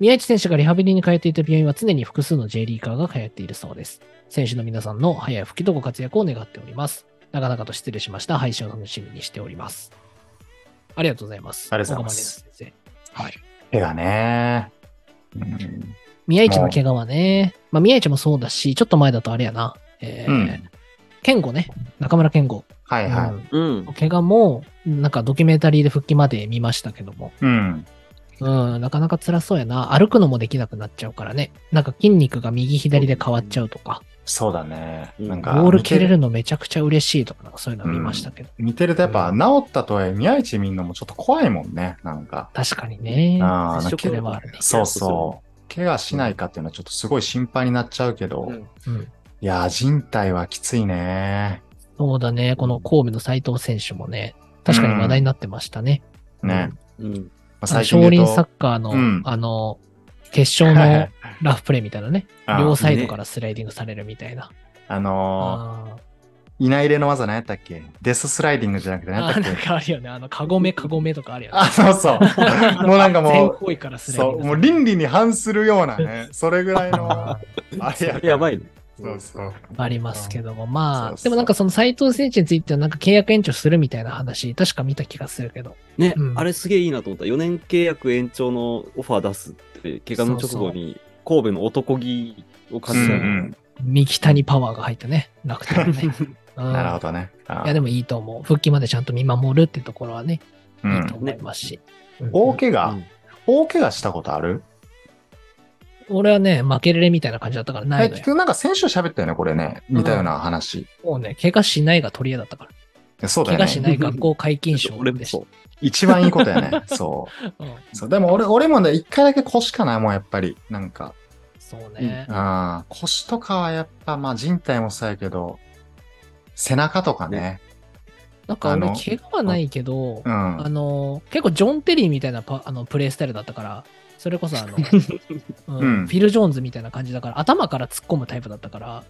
B: 宮市選手がリハビリに通っていた病院は常に複数の J リーガーが通っているそうです。選手の皆さんの早い復帰とご活躍を願っております。なかなかと失礼しました。配信を楽しみにしております。ありがとうございます。
A: ありがとうございます
B: 岡間玲奈先生。
A: 怪我ね。うん。
B: 宮市の怪我はね、まあ、宮市もそうだし、ちょっと前だとあれやな、え
A: う
B: ー
A: ん
B: 健吾ね、中村健吾、
A: はいは
B: う
A: い。
B: ん
C: うん。
B: 怪我も、なんかドキュメンタリーで復帰まで見ましたけども、
A: うん。
B: うん、なかなか辛そうやな。歩くのもできなくなっちゃうからね。なんか筋肉が右左で変わっちゃうとか、
A: そうだね。なん
B: ボ
A: か、
B: ール蹴れ
A: 似て
B: るのめちゃくちゃ嬉しいとか、なんかそういうの見ましたけど。
A: 似てるとやっぱ治ったとはいえ、宮市みんなもちょっと怖いもんね。なんか。
B: 確かにね。
A: ああ
B: 接触
A: なんか
B: ではあるね。
A: そうそう。怪我しないかっていうのはちょっとすごい心配になっちゃうけど、
C: うん
B: うん
A: いやー、人体はきついね。
B: そうだね。この神戸の斎藤選手もね、確かに話題になってましたね。
A: ね。
C: うん。
A: まあ
B: あの
A: 最近
B: 少
A: で言う
B: 林
A: と
B: サッカーの、
A: うん
B: あの、決勝のラフプレーみたいなね、
A: あ
B: 両サイドからスライディングされるみたいな。
A: あの
B: あ
A: ー、いないれの技何やったっけデススライディングじゃなくて
B: ー
A: 何や
B: あ
A: った
B: ー、
A: っ
B: なん
A: け
B: かあるよね。あの、カゴメ、カゴメとかあるよ
A: あ、
B: ね。
A: そう そう。もうなんか
B: 全
A: も
B: 行為から
A: う、
B: スライ
A: そ
B: デ
A: う、
B: ィング
A: も
B: さ
A: う
B: れる。
A: 倫理に反するようなね、それぐらいの、 あれや
C: それやばいね。
A: そうそう。
B: ありますけども、まあ、
A: そうそう
B: でもなんかその斎藤選手についてはなんか契約延長するみたいな話、確か見た気がするけど。
C: ね、
B: うん
C: あれすげえいいなと思った。4年契約延長のオファー出すって、怪我の直後に神戸の男気を感じたよね、
A: うんうん
B: 右下にパワーが入ってね、楽天 のね。うん
A: なるほどね。
B: いや、でもいいと思う。復帰までちゃんと見守るってところはね、
A: う
B: いいと
A: ん。
B: 思いますし。うん
A: 大怪
C: う
A: 我
C: ん
A: 大怪我したことある
B: 俺はね、負けれれみたいな感じだったからな
A: え、
B: いの
A: 結
B: よ。
A: 局なんか先週喋ったよね、これね。似たような話。
B: もうね、怪我しないが取り柄だったから。
A: そうだよ
B: 怪
A: ね。
B: 我しない学校解 禁賞
C: 俺も
B: でし
C: そ
B: た。
A: 一番いいことやね。そう。
B: うん
A: そうでも俺、俺もね、一回だけ腰かな、もうやっぱり。なんか。
B: そうね。
A: ああ、腰とかはやっぱ、まあ人体もそうやけど、背中とかね。
B: なんか俺
A: あの、
B: 怪我はないけど、
A: うん。
B: あの結構ジョン・テリーみたいなパあのプレイスタイルだったから、それこそ あの、うん
A: うん
B: フィル・ジョーンズみたいな感じだから、頭から突っ込むタイプだったから、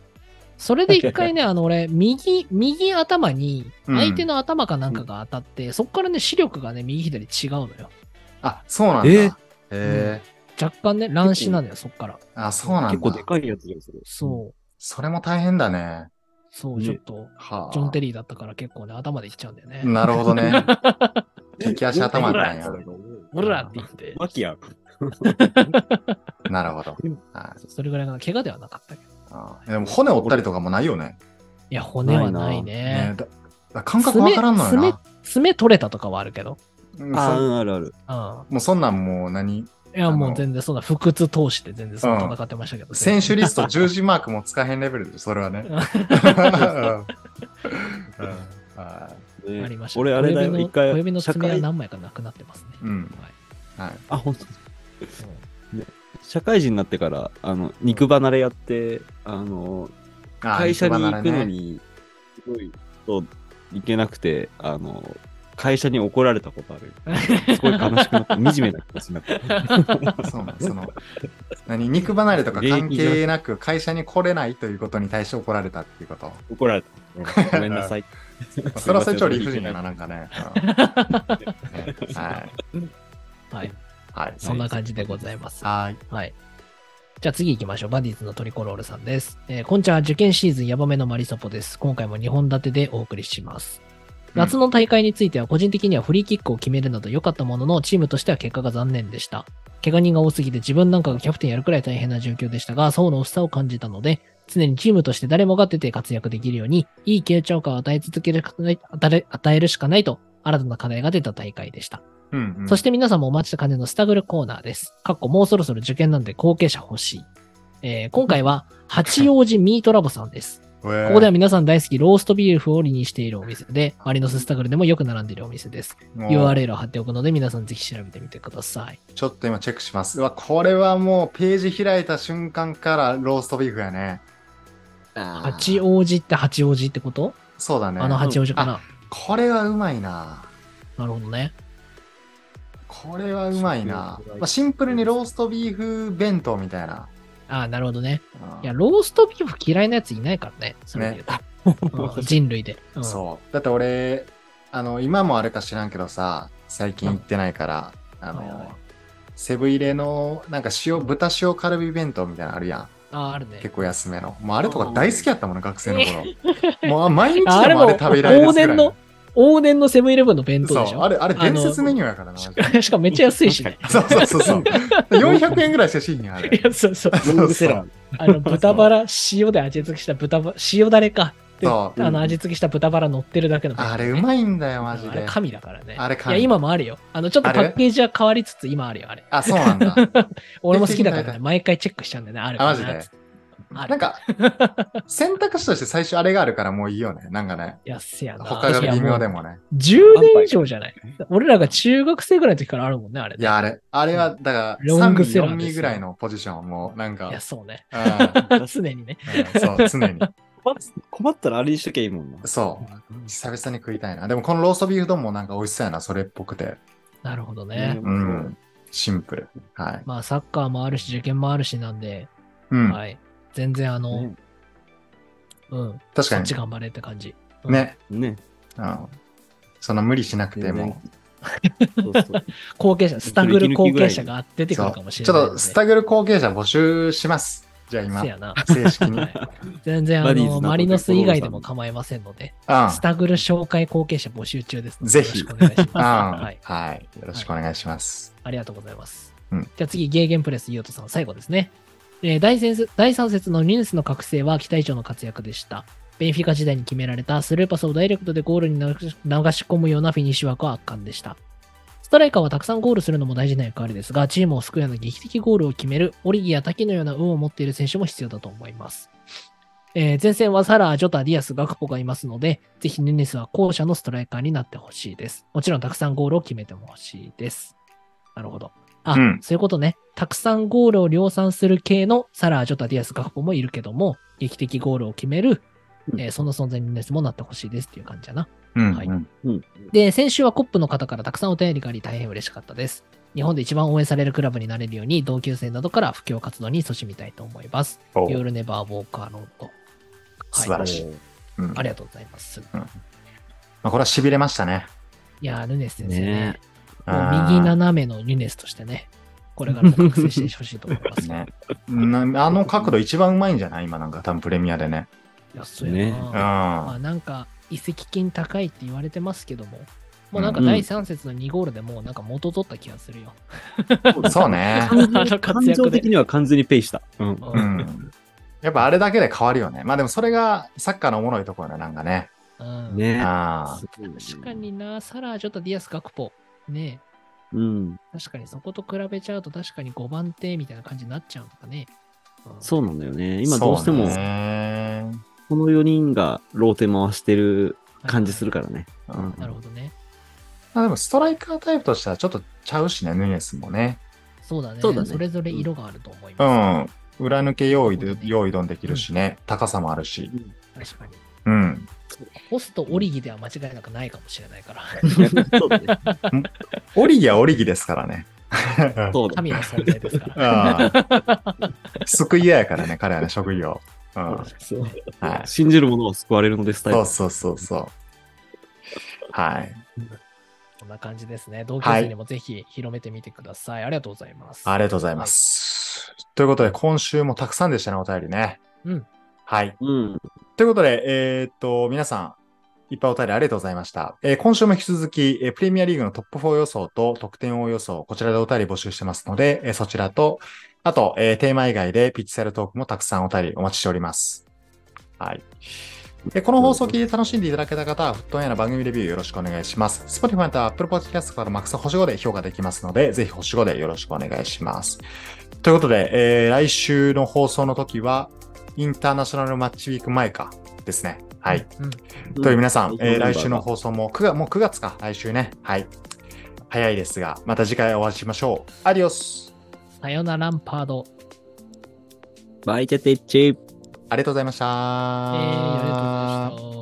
B: それで一回ね、あの俺、右、右頭に、
A: うん
B: 相手の頭かなんかが当たって、そこからね、視力がね、右左違うのよ。
A: あ、そうなんだ。
C: え
A: へえ
B: 若干ね、乱視なのよ、そっから。
A: あ、そうなんだ。
C: 結構でかいやつじゃん、それ。
B: そう、
A: それも大変だね。
B: そう、
C: ね
B: ちょっと、
A: はあ。
B: ジョン・テリーだったから結構ね、頭でいっちゃうんだよね。
A: なるほ どね。敵足頭
C: だ
A: なんや。
B: オラって言って、
C: マ キや。
A: なるほど。はい
B: それぐらいかな、怪我ではなかったけど。
A: あーでも骨折ったりとかもないよね。
B: いや、骨はないね
A: ね。だだ感覚わからんのよ
B: 爪
A: な。
B: 爪爪取れたとかはあるけど。
A: うん
C: あ
A: そ
C: ー、あるある。
B: うん。
A: もうそんなんもう何
B: いや、
A: あ
B: もう
A: の
B: 全然そんな、不屈通して全然そんな戦ってましたけど、
A: 選手リスト十字マークも使えへんレベルでそれはね。うんうんはい
C: ね
B: ありました。
C: 俺あれだよ、
B: 小指の
C: 一回。
B: 小指の
C: 社
B: 爪は
C: 会
B: 何枚かなくなってますね。
A: うん
B: はい
A: はい。
C: あ、本当。
B: そう
C: 社会人になってから、あの、肉離れやって、あの、
A: あー
C: 会社に
A: 肉
C: 行く
A: 離
C: の
A: れね
C: に、すごい、そう、行けなくて、あの、会社に怒られたことある。すごい悲しくなって、惨めな気持ちに なった。
A: そうなんその何肉離れとか関係なく会社に来れないということに対して怒られたっていうこと。
C: 怒られた。ごめんなさい。
A: それはそれ超理不尽だ な、なんかね。うんねはい。
B: はい。
A: はい。
B: そんな感じでございます。
A: はい。
B: はい。じゃあ次行きましょう。バディーズのトリコロールさんです。えー、こんちゃん、受験シーズンヤバめのマリサポです。今回も2本立てでお送りします。夏の大会については個人的にはフリーキックを決めるなど良かったものの、チームとしては結果が残念でした。怪我人が多すぎて自分なんかがキャプテンやるくらい大変な状況でしたが、層の薄さを感じたので、常にチームとして誰もが出て活躍できるように、いい傾聴感を与え続けるしかない、与え与えるしかないと、新たな課題が出た大会でした。
A: うんうん
B: そして皆さんもお待ちした金のスタグルコーナーです。かっこもうそろそろ受験なんで後継者欲しい。えー今回は八王子ミートラボさんです。
A: こ
B: ここでは皆さん大好きローストビーフを売りにしているお店で、マリノススタグルでもよく並んでいるお店です。URL を貼っておくので、皆さんぜひ調べてみてください。
A: ちょっと今チェックします。うわ、これはもうページ開いた瞬間からローストビーフやね。
B: 八王子って八王子ってこと
A: そうだね。
B: あの八王子かな。
A: これはうまいな。
B: なるほどね。
A: これはうまいな。まあ、シンプルにローストビーフ弁当みたいな。
B: ああ、なるほどね。
A: うん
B: いや、ローストビーフ嫌いなやついないからね。それで言うとうん人類で。うん
A: そう。だって俺、あの、今もあれか知らんけどさ、最近行ってないから、あ
B: はいはい
A: の、セブン入れの、なんか塩、豚塩カルビ弁当みたいなのあるやん。
B: ああ、あるね。
A: 結構安めの。もうあれとか大好きやったもんね、学生の頃。もう毎日でも
B: あ
A: あ
B: れ
A: れ
B: も
A: 食べられる
B: 往
A: ぐらい
B: 年の、往年のセブンイレブンの弁当でし
A: そう、あ
B: ょ。
A: れ、あれ伝説メニューやからな。マジで
B: しかもめっちゃ安いしね。
A: そうそうそう そう。400円ぐらいしてしんねん、あ
B: い
A: れ。
B: や、そうそう。
A: そう
C: ロングセラー。
B: あの、豚バラ、塩で味付けした豚バラ、塩だれか。で
A: そう
B: あの、味付けした豚バラ乗ってるだけの。
A: あれうまいんだよ、マジ
B: あれ
A: で。
B: 神だからね。
A: あれ
B: いや、
A: 神
B: 今もあるよ。あの、ちょっと
A: あ
B: パ
A: れ
B: ッケージは変わりつつ、今あるよ、あれ。
A: あ、そうなんだ。
B: 俺も好きだから
A: え
B: ね、毎回チェックしちゃうんだよね、ある
A: あ、
B: か
A: マ
B: な
A: ジで
B: つって。ある
A: なん か、選択肢として最初あれがあるからもういいよね。なんかね。
B: いや、せやな。
A: 他が微妙で
B: も。
A: もね。
B: 10年以上じゃない。俺らが中学生ぐらいの時からあるもんね、あれ。
A: いや、あれ、あれは、だから、
B: ロン
A: 3
B: グ
A: 位、
B: セラー
A: 4
B: ですよ
A: 位ぐらいのポジションも、なんか、
B: いうや、そうね。
A: ん
B: 常にね。
A: うんそう、常に。
C: 困ったらあれにしときゃいいもんな。
A: そう。久々に食いたいな。でも、このローストビーフ丼もなんか美味しそうやな、それっぽくて。
B: なるほどね。
A: う。ん。シンプル。はい。
B: まあ、サッカーもあるし、受験もあるしなんで、
A: うん。
B: はい。全然、あの、
C: ね
B: うん。
A: 確
B: そ
A: か
B: っ
A: に
B: ち。頑張れって感じ。うん
A: ね。
C: ね。
A: うん。そんな無理しなくても。
C: そうそう。
B: 後継者、スタグル後継者が出てく
A: そ
B: る
A: う
B: かもし
A: ち
B: れない
A: ょ
B: ん
A: っ
B: で。
A: と、スタグル後継者募集します。じゃあ今
B: せ、やな。
A: 正式に。う
B: は
A: ん
B: い。全然、あ
C: バディー
B: の、
C: ズなので
B: マリノス以外でも構いませんので、スタグル紹介後継者募集中ですので。
A: ぜひ
B: よろしくお願いし
A: うん
B: ます。はい。
A: はい。よろしくお願いします。
B: ありがとうございます。
A: うん
B: じゃあ次、ゲーゲンプレス、ゆうとさん、最後ですね。えー第3節第3節のニュースの覚醒は期待以上の活躍でした。ベンフィカ時代に決められたスルーパスをダイレクトでゴールに流し流し込むようなフィニッシュ枠は圧巻でした。ストライカーはたくさんゴールするのも大事な役割ですが、チームを救うような劇的ゴールを決める、オリギや滝のような運を持っている選手も必要だと思います。えー前線はサラー、ジョタ、ディアス、ガクポがいますので、ぜひヌネスは後者のストライカーになってほしいです。もちろんたくさんゴールを決めてもほしいです。なるほど。あ、
A: うん
B: そういうことね。たくさんゴールを量産する系のサラー、ジョタ、ディアス、ガクポもいるけども、劇的ゴールを決める、えーそんな存在にヌネスもなってほしいですっていう感じだな。
A: うん。
B: はい
A: うん
B: で、先週はコップの方からたくさんお便りがあり大変嬉しかったです。日本で一番応援されるクラブになれるように、同級生などから布教活動に勤しみたいと思います。
A: お
B: ユールネバーウォーカーロード。
A: 素晴らしい。うん
B: ありがとうございます。
A: まあ、これは痺れましたね。
B: いやー、ヌネス先生ね。
C: ね
B: もう
A: あー
B: 右斜めのヌネスとしてね、これからも覚醒してほしいと思います。
A: ね。なあの角度一番うまいんじゃない今なんか多分プレミアでね。
B: いや、そうやな。
C: ね
A: うん。
B: ま
A: あ
B: あなんか、移籍金高いって言われてますけども、もうなんか第3節の2ゴールでもうなんか元取った気がするよ。
A: そうね。
B: あの
C: 感
B: 活
C: 情
B: 躍で
C: 的。には完全にペイした。うん。
B: う
A: うんん。やっぱあれだけで変わるよね。まあでもそれがサッカーのおもろいところだねなんかね。
B: うん
C: ね
A: ああ。
B: 確か。にな、サラーちょっとディアス学歩。ね
C: うん。
B: え確かにそこと比べちゃうと確かに5番手みたいな感じになっちゃうのかね。うん
C: そうなんだよね。今どうしても
A: そ、ね
C: この4人がローテ回してる感じするからね。
A: うん
C: うん
B: なるほどね。
A: まあでもストライカータイプとしてはちょっとちゃうしね、ヌニエスもね。
B: そうだね。
C: そうだね
B: それぞれ色があると思いうま
A: ん。裏抜け用意
B: そう
A: で
B: だ、ね
A: 用意どんできるしね。高さもあるし。
B: す。確かに。
A: うん。
B: ホストオリギでは間違いなくないかもしれないから。
C: そうだね。
A: オリギはオリギですからね。
C: そうだね。
B: 神の存在です から。
A: うん救い屋やからね、彼はね、職業。うんは
C: そう
A: い。
C: 信じる者は救われるのですタイ
A: そう
C: プ。
A: そうそうそう。はい。
B: こんな感じですね。同級生にもぜひ広めてみてください。ありがとうございます。
A: ありがとうございます。ということで、今週もたくさんでしたね、お便りね。
B: うん。
A: はい。
C: うん。
A: ということで、えーっと、皆さん、いっぱいお便りありがとうございました。えー今週も引き続き、えープレミアリーグのトップ4予想と得点王予想、こちらでお便り募集してますので、えーそちらと、あと、えーテーマ以外でピッチサイドトークもたくさんお便りお待ちしております。はい。えーこの放送を聞いて楽しんでいただけた方は、フットンやの番組レビューよろしくお願いします。Spotify または Apple Podcast からマックス星5で評価できますので、ぜひ星5でよろしくお願いします。ということで、えー来週の放送の時は、インターナショナルマッチウィーク前か。ですね。はい。
B: うん
A: という皆さん
C: うん、
A: えー来週の放送も9月、もう9月か、来週ね。はい。早いですが、また次回お会いしましょう。アディオス
B: さよならんパード。
C: バイテテッチ。
A: ありがとうございました。
B: えー、ありがとうございました。